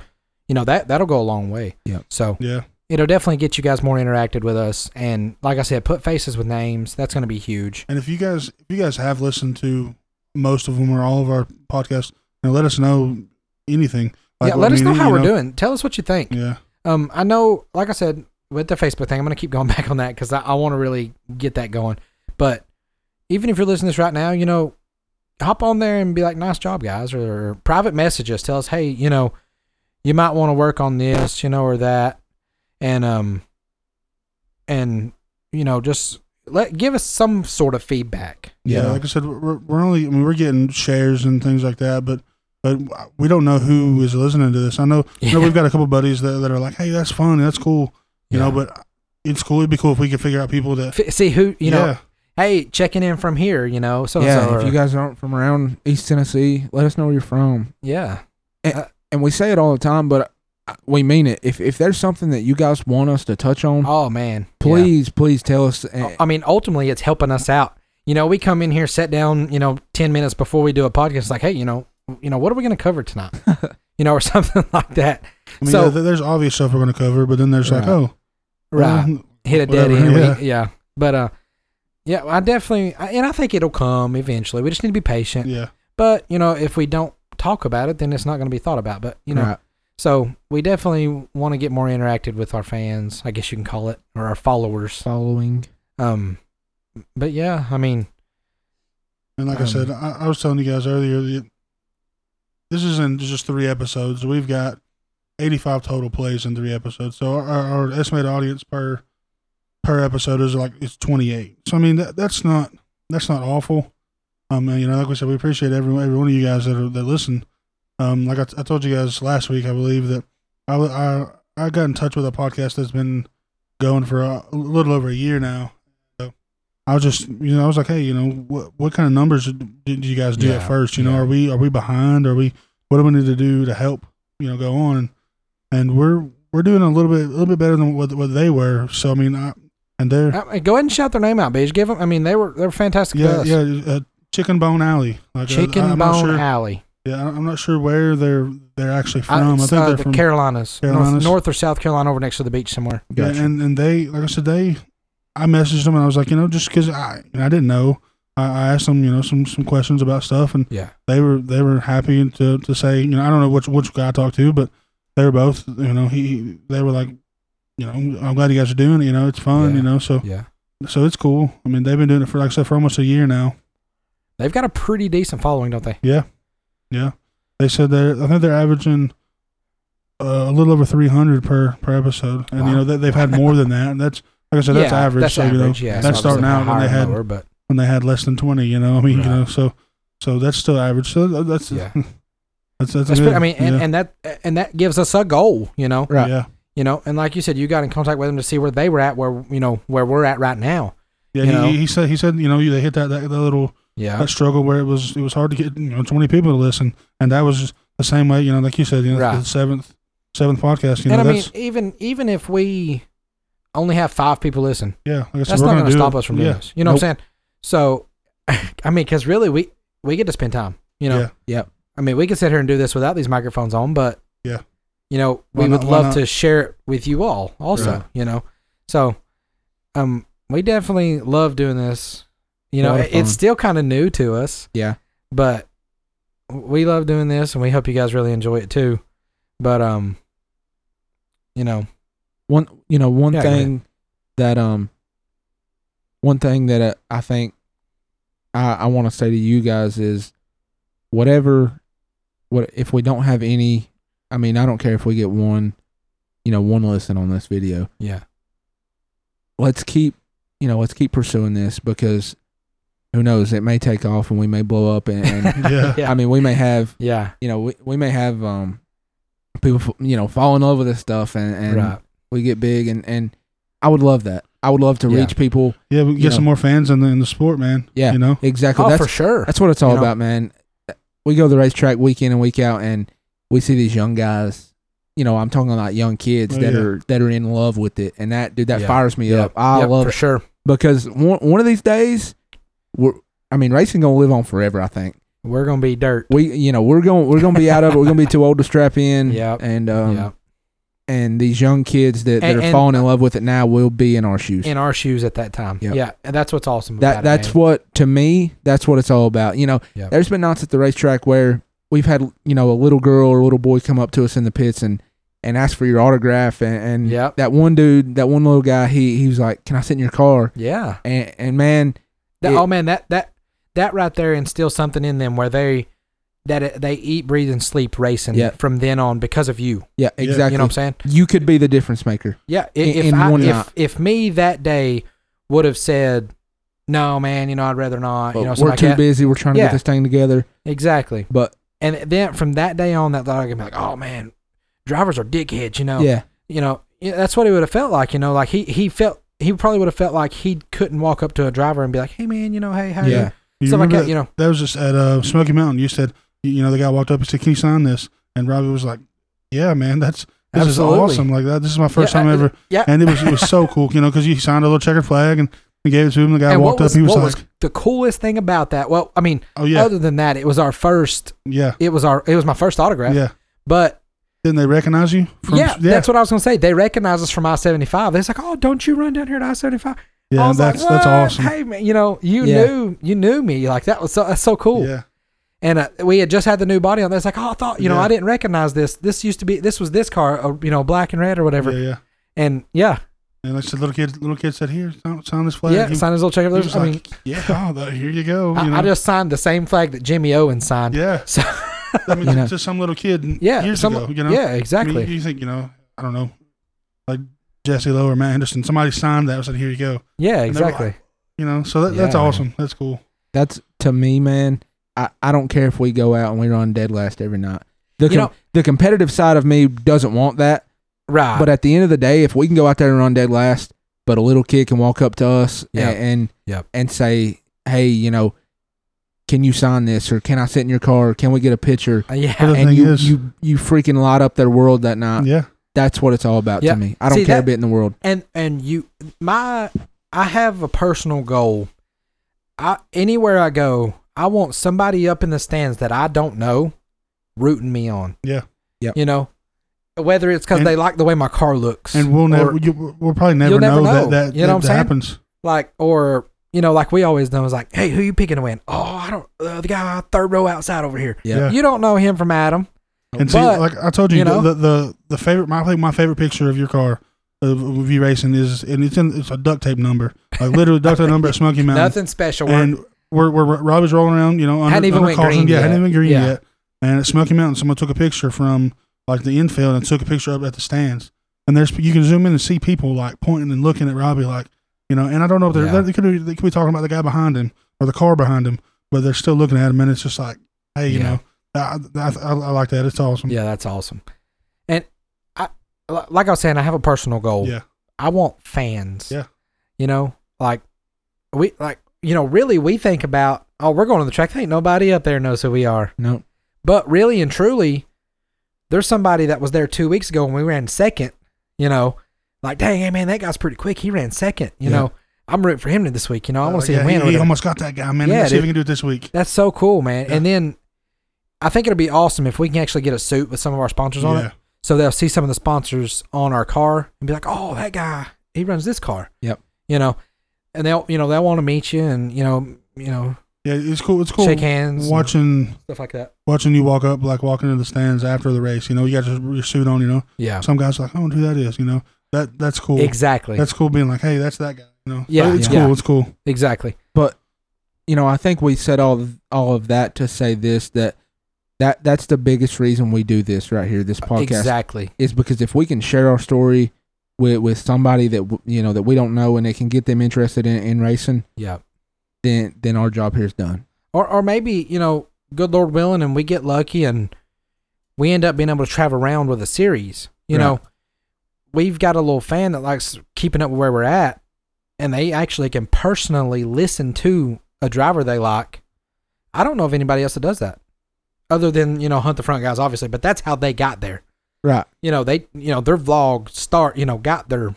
Speaker 2: You know that that'll go a long way.
Speaker 3: Yeah.
Speaker 2: So
Speaker 4: yeah,
Speaker 2: it'll definitely get you guys more interacted with us, and like I said, put faces with names. That's going to be huge.
Speaker 4: and if you guys if you guys have listened to most of them or all of our podcasts, you know, let us know anything.
Speaker 2: yeah,
Speaker 4: what
Speaker 2: let
Speaker 4: I
Speaker 2: us
Speaker 4: mean,
Speaker 2: know how
Speaker 4: you
Speaker 2: we're doing. Tell us what you think.
Speaker 4: Yeah.
Speaker 2: Um, I know, like I said, with the Facebook thing, I'm going to keep going back on that because I, I want to really get that going. But even if you're listening to this right now, you know, hop on there and be like, nice job, guys, or, or private messages. Tell us, hey, you know, you might want to work on this, you know, or that. And, um, and, you know, just let give us some sort of feedback. you
Speaker 4: Yeah,
Speaker 2: know?
Speaker 4: like I said, we're, we're only I mean we're getting shares and things like that, but but we don't know who is listening to this. I know, you know
Speaker 2: Yeah.
Speaker 4: we've got a couple buddies that, that are like, hey, that's fun, that's cool, you know.
Speaker 2: Yeah.
Speaker 4: But it's cool. It'd be cool if we could figure out people that
Speaker 2: F- see who, you know,
Speaker 4: yeah,
Speaker 2: hey, checking in from here, you know, so
Speaker 3: yeah,
Speaker 2: and so.
Speaker 3: if you guys aren't from around East Tennessee, let us know where you're from.
Speaker 2: yeah. Uh,
Speaker 3: And we say it all the time, but uh, we mean it. If if there's something that you guys want us to touch on,
Speaker 2: Oh, man. Yeah.
Speaker 3: please please tell us. And,
Speaker 2: I mean, ultimately, it's helping us out. You know, we come in here, sit down, you know, ten minutes before we do a podcast. Like, hey, you know, you know, what are we going to cover tonight?
Speaker 3: eh,
Speaker 2: you know, or something like that.
Speaker 4: I mean,
Speaker 2: so-
Speaker 4: yeah, th- there's obvious stuff we're going to cover, but then there's like,
Speaker 3: Right.
Speaker 4: oh,
Speaker 2: Right,
Speaker 4: well,
Speaker 2: Uh, hit a dead
Speaker 4: whatever,
Speaker 2: end.
Speaker 4: yeah.
Speaker 2: Yeah. yeah, but uh, yeah, I definitely, I- and I think it'll come eventually. We just need to be patient.
Speaker 4: yeah,
Speaker 2: But you know, if we don't talk about it, then it's not going to be thought about. But you know,
Speaker 3: Right.
Speaker 2: so we definitely want to get more interacted with our fans. I guess you can call it, or our followers.
Speaker 3: following.
Speaker 2: Um, but yeah, I mean,
Speaker 4: and like I
Speaker 2: Um,
Speaker 4: said, I, I was telling you guys earlier, the, this is in just three episodes. We've got 85 total plays in three episodes. So our, our our estimated audience per per episode is like it's 28. So I mean that, that's not that's not awful. Um, and, you know, like we said, we appreciate every every one of you guys that are, that listen. Um, like I, t- I told you guys last week, I believe that I I I got in touch with a podcast that's been going for a, a little over a year now. So I was just you know I was like, hey, you know, what what kind of numbers did, did you guys do
Speaker 3: Yeah,
Speaker 4: at first? You know,
Speaker 3: yeah.
Speaker 4: are we are we behind? Are we what do we need to do to help? You know, go on and and we're we're doing a little bit a little bit better than what what they were. So I mean, I, and they're
Speaker 2: Uh, Go ahead and shout their name out, bitch. Give them. I mean, they were they were fantastic. to
Speaker 4: yeah
Speaker 2: us.
Speaker 4: yeah uh, Chicken Bone Alley, like uh,
Speaker 2: Chicken
Speaker 4: I'm not
Speaker 2: Bone
Speaker 4: sure-
Speaker 2: Alley.
Speaker 4: Yeah, I- I'm not sure where they're they're actually
Speaker 2: I,
Speaker 4: from. I, think
Speaker 2: uh,
Speaker 4: they're
Speaker 2: the
Speaker 4: from
Speaker 2: Carolinas, North,
Speaker 4: Carolinas.
Speaker 2: North or South Carolina, over next to the beach somewhere.
Speaker 4: yeah, and and they like I said they. I messaged them and I was like, you know, just because I and I didn't know, I, I asked them, you know, some some questions about stuff, and
Speaker 2: Yeah.
Speaker 4: they were they were happy to to say, you know, I don't know which which guy I talked to, but they were both, you know, he he- they were like, you know, I'm glad you guys are doing it, you know, it's fun,
Speaker 2: Yeah.
Speaker 4: you know, so
Speaker 2: Yeah.
Speaker 4: so it's cool. I mean, they've been doing it for like I said for almost a year now.
Speaker 2: They've got a pretty decent following, don't they?
Speaker 4: They said they're I think they're averaging uh, a little over 300 per per episode, and you
Speaker 2: Wow.
Speaker 4: know that they've had more than that. And that's like I said, that's
Speaker 2: yeah,
Speaker 4: average.
Speaker 2: That's
Speaker 4: so,
Speaker 2: average.
Speaker 4: You know,
Speaker 2: yeah.
Speaker 4: that's
Speaker 2: so obviously
Speaker 4: starting out when
Speaker 2: higher
Speaker 4: they
Speaker 2: and
Speaker 4: had
Speaker 2: lower, but
Speaker 4: when they had less than 20. You know, I mean,
Speaker 2: Right.
Speaker 4: you know, so so that's still average. So that, that's
Speaker 2: Yeah.
Speaker 4: that's that's,
Speaker 2: that's
Speaker 4: good.
Speaker 2: pretty, I mean, and,
Speaker 4: yeah.
Speaker 2: and that and that gives us a goal, you know.
Speaker 3: Right.
Speaker 4: yeah,
Speaker 2: You know, and like you said, you got in contact with them to see where they were at, where you know where we're at right now.
Speaker 4: yeah.
Speaker 2: you
Speaker 4: he,
Speaker 2: know.
Speaker 4: he said he said you know they hit that that, that little
Speaker 2: Yeah.
Speaker 4: that struggle where it was it was hard to get you know 20 people to listen, and that was the same way. You know, like you said, you know,
Speaker 2: Right.
Speaker 4: the seventh seventh podcast. You know,
Speaker 2: and I mean,
Speaker 4: that's
Speaker 2: even even if we only have five people listen,
Speaker 4: yeah. Like I said,
Speaker 2: that's
Speaker 4: we're
Speaker 2: not going
Speaker 4: gonna
Speaker 2: to
Speaker 4: do
Speaker 2: stop
Speaker 4: it.
Speaker 2: us from doing
Speaker 4: Yeah.
Speaker 2: this. You know what I'm saying? So, I mean, because really, we we get to spend time. You know.
Speaker 4: Yeah.
Speaker 3: Yep.
Speaker 2: I mean, we could sit here and do this without these microphones on, but
Speaker 4: Yeah.
Speaker 2: you know,
Speaker 4: Why
Speaker 2: we would
Speaker 4: not- why
Speaker 2: love
Speaker 4: not?
Speaker 2: to share it with you all. Also,
Speaker 4: Right.
Speaker 2: you know, so um, we definitely love doing this. You know,
Speaker 3: Lot of
Speaker 2: it- it's
Speaker 3: fun.
Speaker 2: still kind of new to us.
Speaker 3: Yeah.
Speaker 2: But we love doing this, and we hope you guys really enjoy it too. But um, you know,
Speaker 3: one you know one
Speaker 2: Yeah, go ahead.
Speaker 3: thing that um one thing that uh, I think I I want to say to you guys is whatever what if we don't have any I mean I don't care if we get one you know one listen on this video
Speaker 2: yeah,
Speaker 3: let's keep you know let's keep pursuing this because who knows it may take off and we may blow up and, and
Speaker 4: Yeah.
Speaker 2: yeah,
Speaker 3: I mean we may have
Speaker 2: yeah,
Speaker 3: you know we, we may have um people f- you know fall in love with this stuff and and
Speaker 2: right,
Speaker 3: we get big and and I would love that. I would love to
Speaker 2: Yeah.
Speaker 3: reach people.
Speaker 4: Yeah, we
Speaker 3: you
Speaker 4: get some more fans in the in the sport, man.
Speaker 3: Yeah.
Speaker 4: you know,
Speaker 3: Exactly.
Speaker 2: oh
Speaker 3: that's
Speaker 2: for sure,
Speaker 3: that's what it's all
Speaker 2: you know.
Speaker 3: about, man. We go to the racetrack week in and week out and we see these young guys, you know, I'm talking about young kids
Speaker 4: Oh,
Speaker 3: that
Speaker 4: yeah.
Speaker 3: are that are in love with it and that dude that
Speaker 2: Yeah.
Speaker 3: fires me
Speaker 2: Yeah.
Speaker 3: up. I
Speaker 2: Yep,
Speaker 3: love
Speaker 2: for
Speaker 3: it.
Speaker 2: sure.
Speaker 3: because one one of these days we're I mean, racing gonna live on forever, I think.
Speaker 2: We're gonna be dirt.
Speaker 3: We you know, we're going we're gonna be out of it, we're gonna be too old to strap in.
Speaker 2: Yep.
Speaker 3: And um
Speaker 2: yeah,
Speaker 3: and these young kids that, that
Speaker 2: And-
Speaker 3: are
Speaker 2: and-
Speaker 3: falling in love with it now will be in our shoes.
Speaker 2: in our shoes at that time.
Speaker 3: Yep.
Speaker 2: Yeah, and that's what's awesome.
Speaker 3: that
Speaker 2: about
Speaker 3: that's
Speaker 2: it, man.
Speaker 3: what to me that's what it's all about you know
Speaker 2: Yep.
Speaker 3: there's been nights at the racetrack where we've had you know a little girl or a little boy come up to us in the pits and and ask for your autograph and, and
Speaker 2: Yep.
Speaker 3: that one dude that one little guy he he was like can i sit in your car
Speaker 2: yeah.
Speaker 3: and and man
Speaker 2: That,
Speaker 3: It-
Speaker 2: oh man, that that that right there instills something in them where they that it, they eat, breathe, and sleep racing
Speaker 3: Yeah.
Speaker 2: from then on because of you.
Speaker 3: yeah exactly
Speaker 2: You know what I'm saying?
Speaker 3: you could be the difference maker
Speaker 2: Yeah. i-
Speaker 3: In-
Speaker 2: If
Speaker 3: in
Speaker 2: I,
Speaker 3: one
Speaker 2: if,
Speaker 3: night.
Speaker 2: if me that day would have said, no man, you know I'd rather not. you know,
Speaker 3: But
Speaker 2: something
Speaker 3: we're
Speaker 2: like
Speaker 3: too
Speaker 2: that.
Speaker 3: busy we're trying to
Speaker 2: Yeah.
Speaker 3: get this thing together
Speaker 2: Exactly.
Speaker 3: but
Speaker 2: And then from that day on, that dog can be like, oh man, drivers are dickheads. You know.
Speaker 3: yeah
Speaker 2: you know, yeah, that's what he would have felt like. You know, like he he felt he probably would have felt like he couldn't walk up to a driver and be like, "Hey man, you know, hey, how
Speaker 3: yeah
Speaker 2: you?
Speaker 4: You
Speaker 2: stuff like
Speaker 4: remember
Speaker 2: that."
Speaker 4: that,
Speaker 2: You know,
Speaker 4: that was just at uh, Smoky Mountain. You said, you you know, the guy walked up and said, "Can you sign this?" And Robbie was like, "Yeah, man, that's this
Speaker 2: Absolutely.
Speaker 4: is awesome. Like that, this is my first
Speaker 2: Yeah,
Speaker 4: time
Speaker 2: I-
Speaker 4: ever."
Speaker 2: yeah.
Speaker 4: and it was it was so cool, you know, because you signed a little checkered flag and he gave it to him. The guy
Speaker 2: and what
Speaker 4: walked
Speaker 2: was,
Speaker 4: up. He was
Speaker 2: what
Speaker 4: like,
Speaker 2: was the coolest thing about that? Well, I mean,
Speaker 4: "Oh yeah,
Speaker 2: other than that, it was our first.
Speaker 4: yeah,
Speaker 2: It was our it was my first autograph.
Speaker 4: yeah."
Speaker 2: But
Speaker 4: Didn't they recognize you?
Speaker 2: yeah, that's what I was gonna say. They recognize us from I seventy five. They're just like, "Oh, don't you run down here to I seventy five? I
Speaker 4: yeah.
Speaker 2: was
Speaker 4: That's
Speaker 2: like,
Speaker 4: that's
Speaker 2: "What?
Speaker 4: awesome.
Speaker 2: Hey man, you know, you
Speaker 3: Yeah.
Speaker 2: knew you knew me. Like that was so that's so cool.
Speaker 4: Yeah,
Speaker 2: and uh, we had just had the new body on. there. It's like, oh, I thought, you know,
Speaker 4: Yeah.
Speaker 2: I didn't recognize this. This used to be, this was this car, uh, you know, black and red or
Speaker 4: yeah,
Speaker 2: whatever.
Speaker 4: yeah.
Speaker 2: And yeah,
Speaker 4: And like I said, little kid, little kid said, "Here, sign, sign this flag."
Speaker 2: yeah,
Speaker 4: He-
Speaker 2: sign his little check.
Speaker 4: he was
Speaker 2: I
Speaker 4: like,
Speaker 2: mean,
Speaker 4: "Yeah, oh, here you go."
Speaker 2: I,
Speaker 4: you know?
Speaker 2: I just signed the same flag that Jimmy Owens signed.
Speaker 4: yeah,
Speaker 2: So
Speaker 4: I mean,
Speaker 3: You
Speaker 4: to-
Speaker 3: know.
Speaker 4: to some little kid n-
Speaker 2: Yeah,
Speaker 4: years
Speaker 2: some-
Speaker 4: ago, you know?
Speaker 2: Yeah,
Speaker 4: I mean,
Speaker 2: exactly.
Speaker 4: you think, you know, I don't know, like Jesse Lowe or Matt Anderson, somebody signed that and said, here you go.
Speaker 2: yeah,
Speaker 4: and they're like-
Speaker 2: exactly.
Speaker 4: You know, so that, that's
Speaker 3: Yeah.
Speaker 4: awesome. That's cool.
Speaker 3: That's to me, man. I, I don't care if we go out and we run dead last every night. The
Speaker 2: You
Speaker 3: com-
Speaker 2: know-
Speaker 3: the competitive side of me doesn't want that.
Speaker 2: Right.
Speaker 3: But at the end of the day, if we can go out there and run dead last, but a little kid can walk up to us
Speaker 2: Yeah.
Speaker 3: and and,
Speaker 2: Yep.
Speaker 3: and say, "Hey, you know, can you sign this, or can I sit in your car, or can we get a picture?"
Speaker 2: Uh, yeah.
Speaker 4: But The
Speaker 3: and
Speaker 4: thing
Speaker 3: you,
Speaker 4: is-
Speaker 3: you you freaking light up their world that
Speaker 2: Uh,
Speaker 3: night.
Speaker 4: yeah.
Speaker 3: That's what it's all about
Speaker 2: Yeah.
Speaker 3: to me. I don't
Speaker 2: See,
Speaker 3: care a
Speaker 2: that-
Speaker 3: bit in the world.
Speaker 2: and and you my i have a personal goal i anywhere i go i want somebody up in the stands that i don't know rooting me on
Speaker 4: Yeah.
Speaker 3: Yep.
Speaker 2: you know whether it's because
Speaker 4: And-
Speaker 2: they like the way my car looks
Speaker 4: And we'll never,
Speaker 2: or,
Speaker 4: you, we'll probably never,
Speaker 2: You'll never know.
Speaker 4: that that,
Speaker 2: You know
Speaker 4: that,
Speaker 2: what I'm
Speaker 4: that
Speaker 2: saying?
Speaker 4: happens.
Speaker 2: like or you know like we always know is like hey who you picking to win oh i don't uh, the guy third row outside over here
Speaker 3: Yeah.
Speaker 4: Yeah.
Speaker 2: you don't know him from adam
Speaker 4: And see,
Speaker 2: But,
Speaker 4: like I told you,
Speaker 2: you know-
Speaker 4: the, the the favorite. My, I think my favorite picture of your car of, of you racing is, and it's in it's a duct tape number, like literally duct tape number at Smoky Mountain.
Speaker 2: nothing special
Speaker 4: And we're, we're Robbie's rolling around, you know, under,
Speaker 2: Hadn't even
Speaker 4: under
Speaker 2: went
Speaker 4: caution.
Speaker 2: green
Speaker 4: yeah,
Speaker 2: yet.
Speaker 4: hadn't even green
Speaker 2: Yeah.
Speaker 4: yet. And at Smoky Mountain, someone took a picture from like the infield and took a picture up at the stands. And there's you can zoom in and see people like pointing and looking at Robbie, like you know. And I don't know if they're,
Speaker 2: Yeah.
Speaker 4: they're- they could be, they could be talking about the guy behind him or the car behind him, but they're still looking at him, and it's just like, hey, you
Speaker 2: Yeah.
Speaker 4: know. I, I, I I like that. It's awesome.
Speaker 2: Yeah, that's awesome. And I, li- like I was saying, I have a personal goal.
Speaker 4: Yeah.
Speaker 2: I want fans.
Speaker 4: Yeah.
Speaker 2: You know, like we like you know really we think about oh we're going to the track. Ain't nobody up there knows who we are.
Speaker 3: No,
Speaker 2: But really and truly, there's somebody that was there two weeks ago when we ran second. You know, like dang, hey man, that guy's pretty quick. He ran second. You
Speaker 4: Yeah.
Speaker 2: know, I'm rooting for him this week. You know, I want
Speaker 4: Like,
Speaker 2: to see
Speaker 4: yeah,
Speaker 2: him win. or
Speaker 4: He, he
Speaker 2: whatever.
Speaker 4: almost got that guy, man.
Speaker 2: Yeah,
Speaker 4: Let's see if
Speaker 2: dude.
Speaker 4: we can do it this week.
Speaker 2: That's so cool, man.
Speaker 4: Yeah.
Speaker 2: And then I think it'll be awesome if we can actually get a suit with some of our sponsors on it.
Speaker 4: Yeah.
Speaker 2: So they'll see some of the sponsors on our car and be like, "Oh, that guy, he runs this car."
Speaker 3: Yep.
Speaker 2: You know, and they'll you know they'll want to meet you and you know you know
Speaker 4: Yeah, it's cool. It's cool.
Speaker 2: shake hands, and
Speaker 4: Watching
Speaker 2: stuff like that.
Speaker 4: watching you walk up, like walking into the stands after the race. You know, you got your, your suit on. You know,
Speaker 2: Yeah.
Speaker 4: some guys are like, I don't know who that is. You know, that that's cool.
Speaker 2: Exactly.
Speaker 4: That's cool. Being like, hey, that's that guy. You know,
Speaker 2: Yeah,
Speaker 4: it's
Speaker 2: yeah.
Speaker 4: cool. It's cool.
Speaker 2: exactly.
Speaker 3: you know, I think we said all all of that to say this that that that's the biggest reason we do this right here, this
Speaker 2: Uh,
Speaker 3: podcast.
Speaker 2: Exactly.
Speaker 3: is because if we can share our story with with somebody that w- you know that we don't know and it can get them interested in, in racing,
Speaker 2: Yeah.
Speaker 3: then then our job here is done.
Speaker 2: Or or maybe you know, good Lord willing, and we get lucky and we end up being able to travel around with a series. You
Speaker 3: Right.
Speaker 2: know, we've got a little fan that likes keeping up with where we're at, and they actually can personally listen to a driver they like. I don't know of anybody else that does that, other than you know hunt the front guys, obviously. But that's how they got there.
Speaker 3: Right.
Speaker 2: You know they you know their vlog start you know got their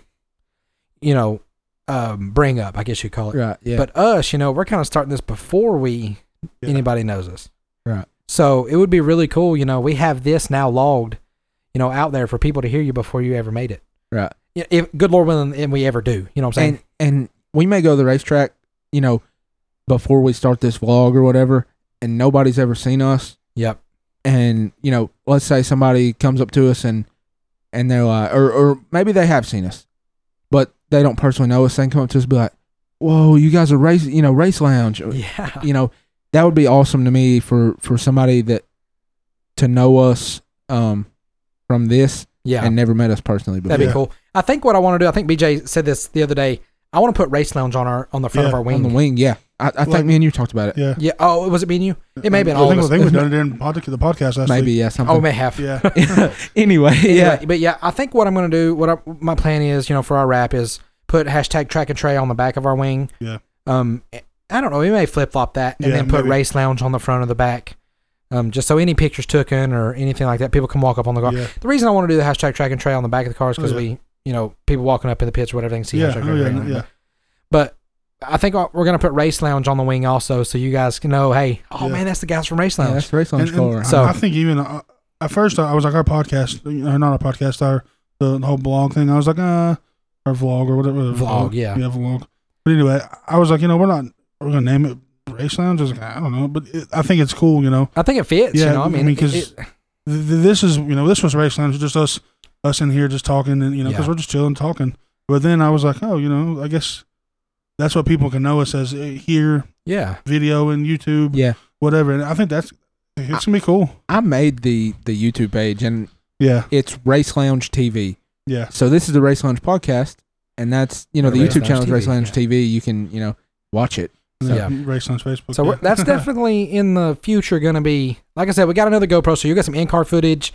Speaker 2: you know um, bring up I guess you call it.
Speaker 3: Right. Yeah.
Speaker 2: But us, you know, we're kind of starting this before we
Speaker 4: Yeah.
Speaker 2: anybody knows us.
Speaker 3: Right.
Speaker 2: So it would be really cool, you know, we have this now logged, you know, out there for people to hear you before you ever made it.
Speaker 3: right.
Speaker 2: Yeah, If good Lord willing, and we ever do, you know what I'm saying?
Speaker 3: And and we may go to the racetrack, you know, before we start this vlog or whatever, and nobody's ever seen us.
Speaker 2: yep.
Speaker 3: And you know, let's say somebody comes up to us and and they're like, or or maybe they have seen us, but they don't personally know us. They come up to us and be like, "Whoa, you guys are race, you know, race lounge."
Speaker 2: Yeah.
Speaker 3: you know that would be awesome to me for for somebody that to know us um from this
Speaker 2: Yeah.
Speaker 3: and never met us personally before.
Speaker 2: That'd be
Speaker 4: Yeah.
Speaker 2: cool. I think what I want to do, I think BJ said this the other day. I want to put race lounge on our on the front of
Speaker 4: Yeah,
Speaker 2: our
Speaker 3: on
Speaker 2: wing.
Speaker 3: the wing yeah i, I
Speaker 4: Like-
Speaker 3: think me and you talked about it
Speaker 4: Yeah.
Speaker 2: Yeah. Oh, was it me and you? It may have been
Speaker 4: I
Speaker 2: all
Speaker 4: think,
Speaker 2: of us.
Speaker 4: I think we've done it in pod- the podcast last
Speaker 3: maybe
Speaker 4: week.
Speaker 3: yeah
Speaker 2: Oh, we
Speaker 3: something
Speaker 2: may have.
Speaker 4: Yeah.
Speaker 3: anyway yeah
Speaker 2: Anyway, but yeah, I think what I'm gonna do, what I, my plan is, you know, for our wrap is put hashtag track and tray on the back of our wing.
Speaker 4: Yeah.
Speaker 2: Um, I don't know. We may flip flop that and
Speaker 4: Yeah,
Speaker 2: then put
Speaker 4: maybe.
Speaker 2: race lounge on the front of the back. Um, just so any pictures taken or anything like that, people can walk up on the car.
Speaker 4: Yeah.
Speaker 2: The reason I want to do the hashtag track and tray on the back of the car is because
Speaker 4: Oh, yeah.
Speaker 2: we, you know, people walking up in the pits or whatever, they can see
Speaker 4: Yeah.
Speaker 2: hashtag track
Speaker 4: Oh,
Speaker 2: and
Speaker 4: yeah.
Speaker 2: tray
Speaker 4: no,
Speaker 2: on it.
Speaker 4: Yeah.
Speaker 2: But I think we're going to put race lounge on the wing also so you guys can know, hey, oh
Speaker 4: Yeah.
Speaker 2: man, that's the guys from race
Speaker 3: Yeah,
Speaker 2: lounge.
Speaker 3: that's the race
Speaker 4: And-
Speaker 3: lunch
Speaker 4: and
Speaker 3: car
Speaker 4: I-
Speaker 2: So-
Speaker 4: I think even uh, at first I was like our podcast, or not our podcast, our the, the whole blog thing. I was like, uh, our vlog or whatever.
Speaker 2: Vlog, yeah.
Speaker 4: yeah, vlog. But anyway, I was like, you know, we're not we're gonna name it race lounge. I was like, I don't know, but it, I think it's cool, you know.
Speaker 2: I think it fits.
Speaker 4: Yeah,
Speaker 2: you know, I
Speaker 4: I
Speaker 2: mean,
Speaker 4: mean,
Speaker 2: it-
Speaker 4: 'cause
Speaker 2: it-
Speaker 4: Th- th- this is you know this was race lounge, just us us in here just talking and you know because
Speaker 2: Yeah.
Speaker 4: we're just chilling talking. But then I was like, oh, you know, I guess that's what people can know us as uh, here,
Speaker 2: yeah.
Speaker 4: video and YouTube,
Speaker 3: yeah
Speaker 4: whatever. And I think that's It's gonna be cool.
Speaker 3: I made the the YouTube page and
Speaker 4: Yeah,
Speaker 3: it's Race Lounge TV.
Speaker 4: yeah.
Speaker 3: So this is the Race Lounge podcast, and that's you know the
Speaker 2: Race
Speaker 3: YouTube
Speaker 2: Lounge
Speaker 3: channel is
Speaker 2: TV,
Speaker 3: Race Lounge
Speaker 2: yeah.
Speaker 3: TV. You can you know watch it.
Speaker 4: So,
Speaker 2: Yeah.
Speaker 4: Race on Facebook.
Speaker 2: So
Speaker 4: yeah.
Speaker 2: we're, that's definitely in the future going to be, like I said, we got another GoPro, so you'll get some in car footage,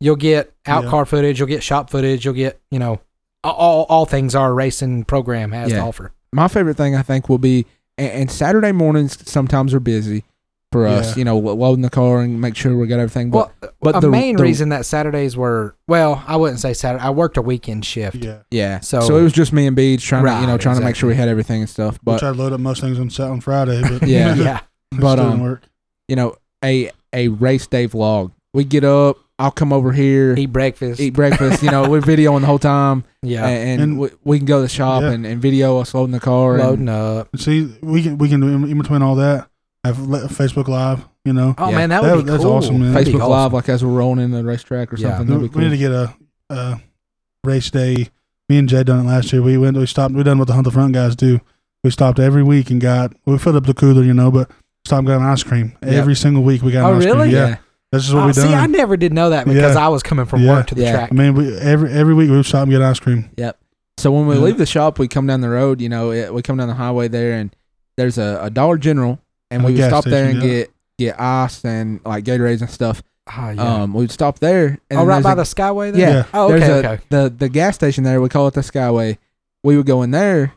Speaker 2: you'll get out
Speaker 4: Yeah.
Speaker 2: car footage, you'll get shop footage, you'll get, you know, all- all, all things our racing program has to
Speaker 3: Yeah.
Speaker 2: offer.
Speaker 3: My favorite thing I think will be and, and Saturday mornings sometimes are busy for us.
Speaker 4: Yeah.
Speaker 3: You know, lo- loading the car and make sure we got everything. But
Speaker 2: Well,
Speaker 3: but
Speaker 2: a
Speaker 3: the
Speaker 2: main
Speaker 3: the-
Speaker 2: reason that Saturdays were, well, I wouldn't say Saturday, I worked a weekend shift.
Speaker 4: yeah.
Speaker 3: yeah.
Speaker 2: So-
Speaker 3: So, it was just me and Beach trying to you know
Speaker 2: Right,
Speaker 3: trying to make sure we had everything and stuff.
Speaker 4: But, we
Speaker 3: But
Speaker 4: tried to load up most things on Sat on Friday, but
Speaker 3: Yeah.
Speaker 2: Yeah.
Speaker 4: it
Speaker 3: But,
Speaker 4: still didn't
Speaker 3: um,
Speaker 4: work.
Speaker 3: you know a a race day vlog. We get up. I'll come over here.
Speaker 2: Eat breakfast.
Speaker 3: Eat breakfast, you know. We're videoing the whole time,
Speaker 2: yeah.
Speaker 3: and,
Speaker 4: And-
Speaker 3: and we, we can go to the shop
Speaker 4: Yeah.
Speaker 3: and, and video us loading the car. and-
Speaker 2: Loading up.
Speaker 4: See, we can we can do in- in between all that. Have le- Facebook Live, you know.
Speaker 2: Oh
Speaker 3: Yeah.
Speaker 2: man, that,
Speaker 4: That-
Speaker 2: would be
Speaker 4: that's
Speaker 2: cool.
Speaker 4: awesome, man.
Speaker 2: That'd be
Speaker 3: Facebook
Speaker 2: awesome.
Speaker 3: Live, like as we're rolling in the racetrack or
Speaker 2: Yeah.
Speaker 3: something.
Speaker 4: We,
Speaker 3: That'd be
Speaker 4: we need
Speaker 3: cool.
Speaker 4: to get a, a race day. Me and Jay done it last year. We went. We stopped. We done what the hunt the front guys do. We stopped every week and got. We filled up the cooler, you know, but stopped and got an ice cream
Speaker 3: Yeah.
Speaker 4: every single week. We got.
Speaker 2: Oh,
Speaker 4: an ice
Speaker 2: really?
Speaker 4: Cream. Yeah, that's just what
Speaker 2: Oh,
Speaker 4: we done.
Speaker 2: see, I never did know that because
Speaker 4: Yeah.
Speaker 2: I was coming from
Speaker 4: Yeah.
Speaker 2: work to the
Speaker 3: Yeah.
Speaker 2: track.
Speaker 4: I mean, we every every week we would stop and get ice cream.
Speaker 3: So when we
Speaker 4: Yeah.
Speaker 3: leave the shop, we come down the road. You know, it, we come down the highway there, and there's a, a Dollar General, and
Speaker 4: And
Speaker 3: we
Speaker 4: a
Speaker 3: would
Speaker 4: gas
Speaker 3: stop there and
Speaker 4: station, yeah.
Speaker 3: get get ice and like Gatorades and stuff.
Speaker 2: Oh, yeah.
Speaker 3: Um, we'd stop there.
Speaker 2: oh,
Speaker 3: And then
Speaker 2: right
Speaker 3: there's
Speaker 2: by
Speaker 3: a-
Speaker 2: the Skyway there?
Speaker 3: Yeah.
Speaker 4: Yeah.
Speaker 2: Oh, okay,
Speaker 3: there's a-
Speaker 2: okay.
Speaker 3: the the gas station there. We call it the Skyway. We would go in there.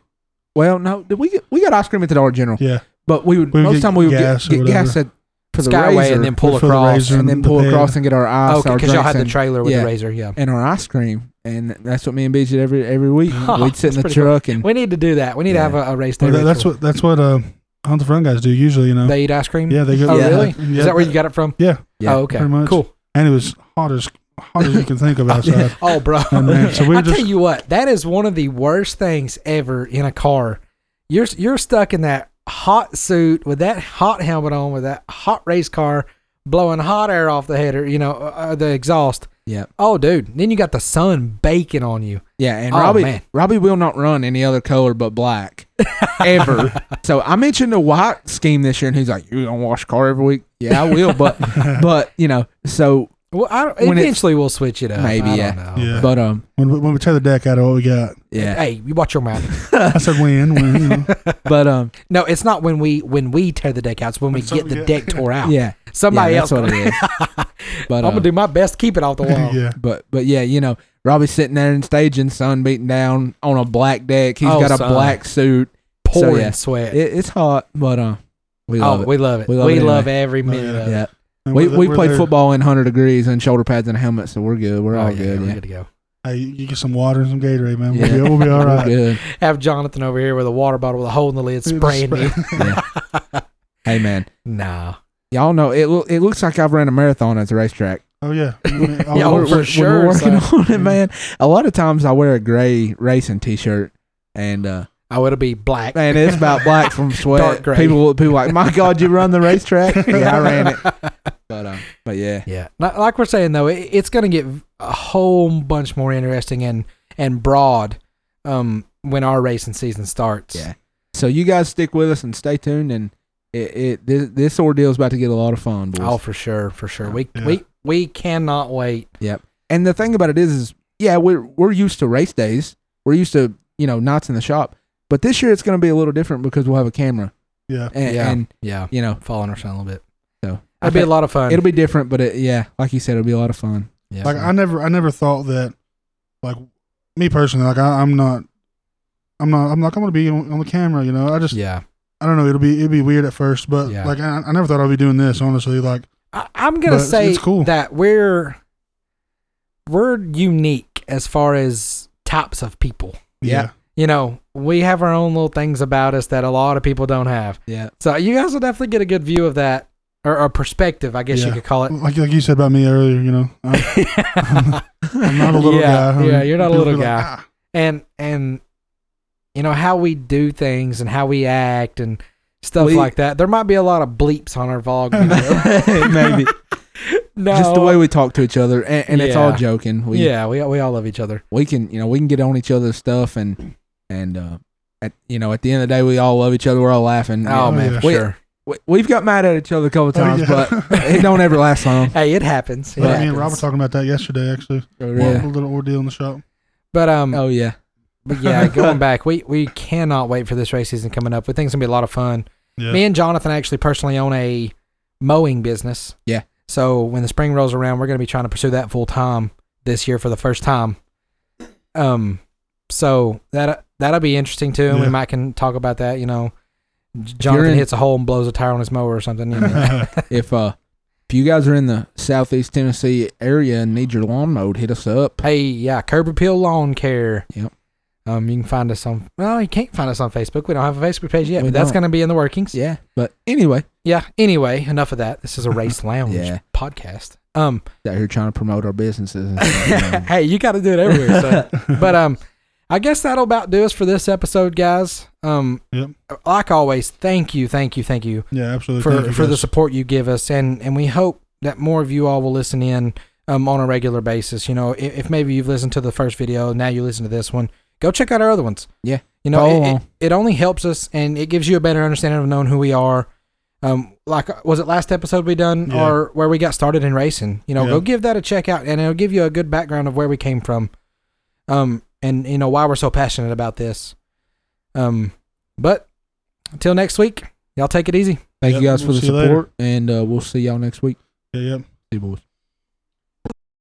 Speaker 3: Well, no, did we get we got ice cream at the Dollar General,
Speaker 4: Yeah,
Speaker 3: but we would
Speaker 4: We would
Speaker 3: most
Speaker 4: get
Speaker 3: time we would
Speaker 4: gas or
Speaker 3: get, get gas at for the
Speaker 2: Skyway
Speaker 3: razor
Speaker 2: and then pull
Speaker 4: For the
Speaker 2: across.
Speaker 4: razor.
Speaker 3: and then
Speaker 4: the
Speaker 3: pull
Speaker 4: pay-
Speaker 3: across and get our ice.
Speaker 2: Oh, okay,
Speaker 3: our
Speaker 2: because y'all
Speaker 3: drinks
Speaker 2: had the
Speaker 3: and-
Speaker 2: trailer with
Speaker 3: yeah.
Speaker 2: the razor. Yeah,
Speaker 3: and our ice cream, and that's what me and B did every every week.
Speaker 2: Huh,
Speaker 3: We'd sit
Speaker 2: that's
Speaker 3: in the
Speaker 2: pretty cool.
Speaker 3: truck and
Speaker 2: we need to do that. We need
Speaker 3: Mm. Yeah.
Speaker 2: to have a, a race day.
Speaker 4: Well, that- that's
Speaker 2: ritual.
Speaker 4: what that's what uh, hunt the front guys do usually. You know.
Speaker 2: they eat ice cream.
Speaker 4: yeah, they go.
Speaker 2: Oh,
Speaker 4: yeah.
Speaker 2: really?
Speaker 4: Yeah.
Speaker 2: Is that where you got it from?
Speaker 4: Yeah.
Speaker 3: Yeah,
Speaker 2: oh, okay.
Speaker 4: pretty much.
Speaker 2: Cool.
Speaker 4: And it was hot as hot as you can think of outside.
Speaker 2: Oh, bro.
Speaker 4: Oh, man. So we
Speaker 2: I
Speaker 4: were just-
Speaker 2: tell you what, that is one of the worst things ever in a car. You're you're stuck in that hot suit with that hot helmet on with that hot race car blowing hot air off the header, you know, uh, uh, the exhaust.
Speaker 3: Yep.
Speaker 2: Oh, dude. Then you got the sun baking on you.
Speaker 3: yeah. And
Speaker 2: Oh,
Speaker 3: Robbie
Speaker 2: man.
Speaker 3: Robbie will not run any other color but black ever. so I mentioned the white scheme this year, and he's like, "You gonna wash car every week?" Yeah, I will, but but you know, so
Speaker 2: Well, I don't,
Speaker 3: When it's-
Speaker 2: eventually we'll switch it up.
Speaker 3: Maybe,
Speaker 2: I
Speaker 3: yeah.
Speaker 2: Don't know.
Speaker 4: yeah.
Speaker 3: but um,
Speaker 4: when, we- when we tear the deck out of what we got,
Speaker 3: yeah,
Speaker 2: Hey, you watch your mouth.
Speaker 4: I said win, win. You know.
Speaker 3: but um,
Speaker 2: No, it's not when we when we tear the deck out. It's when we
Speaker 4: When some-
Speaker 2: get the
Speaker 4: yeah.
Speaker 2: deck tore out.
Speaker 3: yeah,
Speaker 2: Somebody
Speaker 3: yeah,
Speaker 2: else.
Speaker 3: That's what it is. But
Speaker 2: I'm
Speaker 3: um,
Speaker 2: gonna do my best to keep it off the wall.
Speaker 4: yeah.
Speaker 3: but but yeah, you know, Robbie's sitting there and staging, sun beating down on a black deck. He's
Speaker 2: Oh,
Speaker 3: got a
Speaker 2: son.
Speaker 3: black suit.
Speaker 2: Pouring
Speaker 3: yeah.
Speaker 2: sweat.
Speaker 3: It, it's hot, but uh, we
Speaker 2: oh,
Speaker 3: love it.
Speaker 2: we love it. We
Speaker 3: We
Speaker 2: love,
Speaker 3: love it anyway.
Speaker 2: every minute
Speaker 4: yeah.
Speaker 2: of it.
Speaker 3: yeah.
Speaker 4: And
Speaker 3: We,
Speaker 4: we're-
Speaker 3: we
Speaker 4: we're
Speaker 3: played
Speaker 4: there.
Speaker 3: football in 100 degrees and shoulder pads and helmets, so we're good. We're
Speaker 2: Oh,
Speaker 3: all
Speaker 2: yeah,
Speaker 3: good.
Speaker 2: we're
Speaker 3: Yeah.
Speaker 2: good to go.
Speaker 4: Hey, you get some water and some Gatorade, man. We'll,
Speaker 3: Yeah.
Speaker 4: be, we'll be all
Speaker 3: We're
Speaker 4: right.
Speaker 3: good.
Speaker 2: Have Jonathan over here with a water bottle with a hole in the lid spraying me.
Speaker 3: Yeah. hey, man.
Speaker 2: Nah.
Speaker 3: Y'all know it, loo- it looks like I've ran a marathon at the racetrack.
Speaker 4: Oh yeah. I mean, all
Speaker 2: Yeah,
Speaker 4: the-
Speaker 2: we're- for sure,
Speaker 3: When we're working
Speaker 2: son. Mm-hmm.
Speaker 3: on it, man. A lot of times I wear a gray racing t shirt. And uh,
Speaker 2: Oh, it'll be black.
Speaker 3: man, it's about black from sweat.
Speaker 2: Dark gray.
Speaker 3: People, people like, my God, you run the racetrack? yeah, I ran it. But um, but yeah,
Speaker 2: Yeah. Like like we're saying though, it, it's going to get a whole bunch more interesting and and broad um when our racing season starts.
Speaker 3: Yeah. so you guys stick with us and stay tuned. And it, it this, this ordeal is about to get a lot of fun, boys.
Speaker 2: Oh, for sure, for sure. We
Speaker 4: Yeah.
Speaker 2: we we cannot wait.
Speaker 3: And the thing about it is, is yeah, we're we're used to race days. We're used to you know nights in the shop. But this year it's going to be a little different because we'll have a camera.
Speaker 4: yeah.
Speaker 3: And,
Speaker 2: Yeah.
Speaker 3: and
Speaker 2: Yeah.
Speaker 3: you know,
Speaker 2: Following our son a little bit.
Speaker 3: so I
Speaker 2: It'll be a
Speaker 3: think
Speaker 2: lot of fun.
Speaker 3: it'll be different. But it, yeah, like you said, it'll be a lot of fun.
Speaker 2: yeah.
Speaker 4: Like I never, I never thought that. Like me personally, like I, I'm not, I'm not, I'm not going to be on, on the camera. You know, I just,
Speaker 2: yeah.
Speaker 4: I don't know. It'll be, it'll be weird at first, but
Speaker 2: Yeah.
Speaker 4: like I, I never thought I'd be doing this. Honestly, like
Speaker 2: I, I'm gonna
Speaker 4: But it's-
Speaker 2: say
Speaker 4: it's cool.
Speaker 2: that we're we're unique as far as types of people.
Speaker 3: Yeah.
Speaker 2: You know, we have our own little things about us that a lot of people don't have.
Speaker 3: Yeah,
Speaker 2: So you guys will definitely get a good view of that or a perspective, I guess you
Speaker 4: Yeah.
Speaker 2: could call it.
Speaker 4: Like like you said about me earlier, you know, I'm, I'm not a little
Speaker 2: Yeah,
Speaker 4: guy. I
Speaker 2: yeah,
Speaker 4: mean,
Speaker 2: you're not a
Speaker 4: people
Speaker 2: little
Speaker 4: be like,
Speaker 2: guy.
Speaker 4: "Ah."
Speaker 2: and and you know how we do things and how we act and stuff
Speaker 3: We-
Speaker 2: like that. There might be a lot of bleeps on our vlog. video.
Speaker 3: maybe
Speaker 2: no,
Speaker 3: just the way we talk to each other, and, and it's all
Speaker 2: Yeah.
Speaker 3: joking. We
Speaker 2: yeah, we we all love each other.
Speaker 3: we can you know we can get on each other's stuff, and and uh, at you know at the end of the day we all love each other. We're all laughing.
Speaker 2: Oh
Speaker 4: Yeah.
Speaker 2: man, for
Speaker 3: We-
Speaker 2: sure.
Speaker 3: we, we've got mad at each other a couple of
Speaker 4: Oh,
Speaker 3: times,
Speaker 4: yeah.
Speaker 3: but it don't ever last long.
Speaker 2: Hey, it happens. It
Speaker 4: Yeah, me
Speaker 2: happens.
Speaker 4: and Rob were talking about that yesterday, actually.
Speaker 3: Yeah.
Speaker 4: A little ordeal in the shop.
Speaker 2: But um,
Speaker 3: Oh yeah.
Speaker 2: but yeah, going back, we we cannot wait for this race season coming up. We think it's gonna be a lot of fun.
Speaker 4: Yeah.
Speaker 2: Me and Jonathan actually personally own a mowing business.
Speaker 3: Yeah.
Speaker 2: So when the spring rolls around, we're gonna be trying to pursue that full time this year for the first time. Um, so that that'll be interesting too, and we
Speaker 4: Yeah.
Speaker 2: might can talk about that. You know, J-
Speaker 3: you're
Speaker 2: Jonathan
Speaker 3: in-
Speaker 2: hits a hole and blows a tire on his mower or something. You know.
Speaker 3: if uh if you guys are in the southeast Tennessee area and need your lawn mowed, hit us up.
Speaker 2: Hey, yeah, Curb Appeal Lawn Care.
Speaker 3: Yep.
Speaker 2: Um, you can find us on. Well, you can't find us on Facebook. We don't have a Facebook page yet,
Speaker 3: We
Speaker 2: but that's
Speaker 3: don't.
Speaker 2: going to be in the workings. Yeah.
Speaker 3: Yeah. But anyway,
Speaker 2: Anyway, enough of that. This is a race lounge
Speaker 3: Yeah.
Speaker 2: podcast. Um.
Speaker 3: out here trying to promote our businesses. And stuff, you know.
Speaker 2: hey, you got to do it everywhere. So. but um, I guess that'll about do us for this episode, guys. Um.
Speaker 4: Yep.
Speaker 2: Like always, thank you, thank you, thank you
Speaker 4: yeah, absolutely. Thank
Speaker 2: for
Speaker 4: you,
Speaker 2: for the
Speaker 4: guys.
Speaker 2: support you give us, and and we hope that more of you all will listen in um, on a regular basis. You know, if, if maybe you've listened to the first video, now you listen to this one, go check out our other ones.
Speaker 3: Yeah.
Speaker 2: you know,
Speaker 3: Follow
Speaker 2: it- it,
Speaker 3: along.
Speaker 2: it only helps us and it gives you a better understanding of knowing who we are. Um, like was it last episode we done
Speaker 4: Yeah.
Speaker 2: or where we got started in racing? You know,
Speaker 4: Yeah.
Speaker 2: go give that a check out, and it'll give you a good background of where we came from. Um, and you know why we're so passionate about this. Um, but until next week, y'all take it easy.
Speaker 3: Thank you
Speaker 4: Yep,
Speaker 3: guys for
Speaker 4: we'll
Speaker 3: the
Speaker 4: see you later.
Speaker 3: support, and uh, we'll see y'all next week.
Speaker 4: Yeah, yeah.
Speaker 3: See you, boys.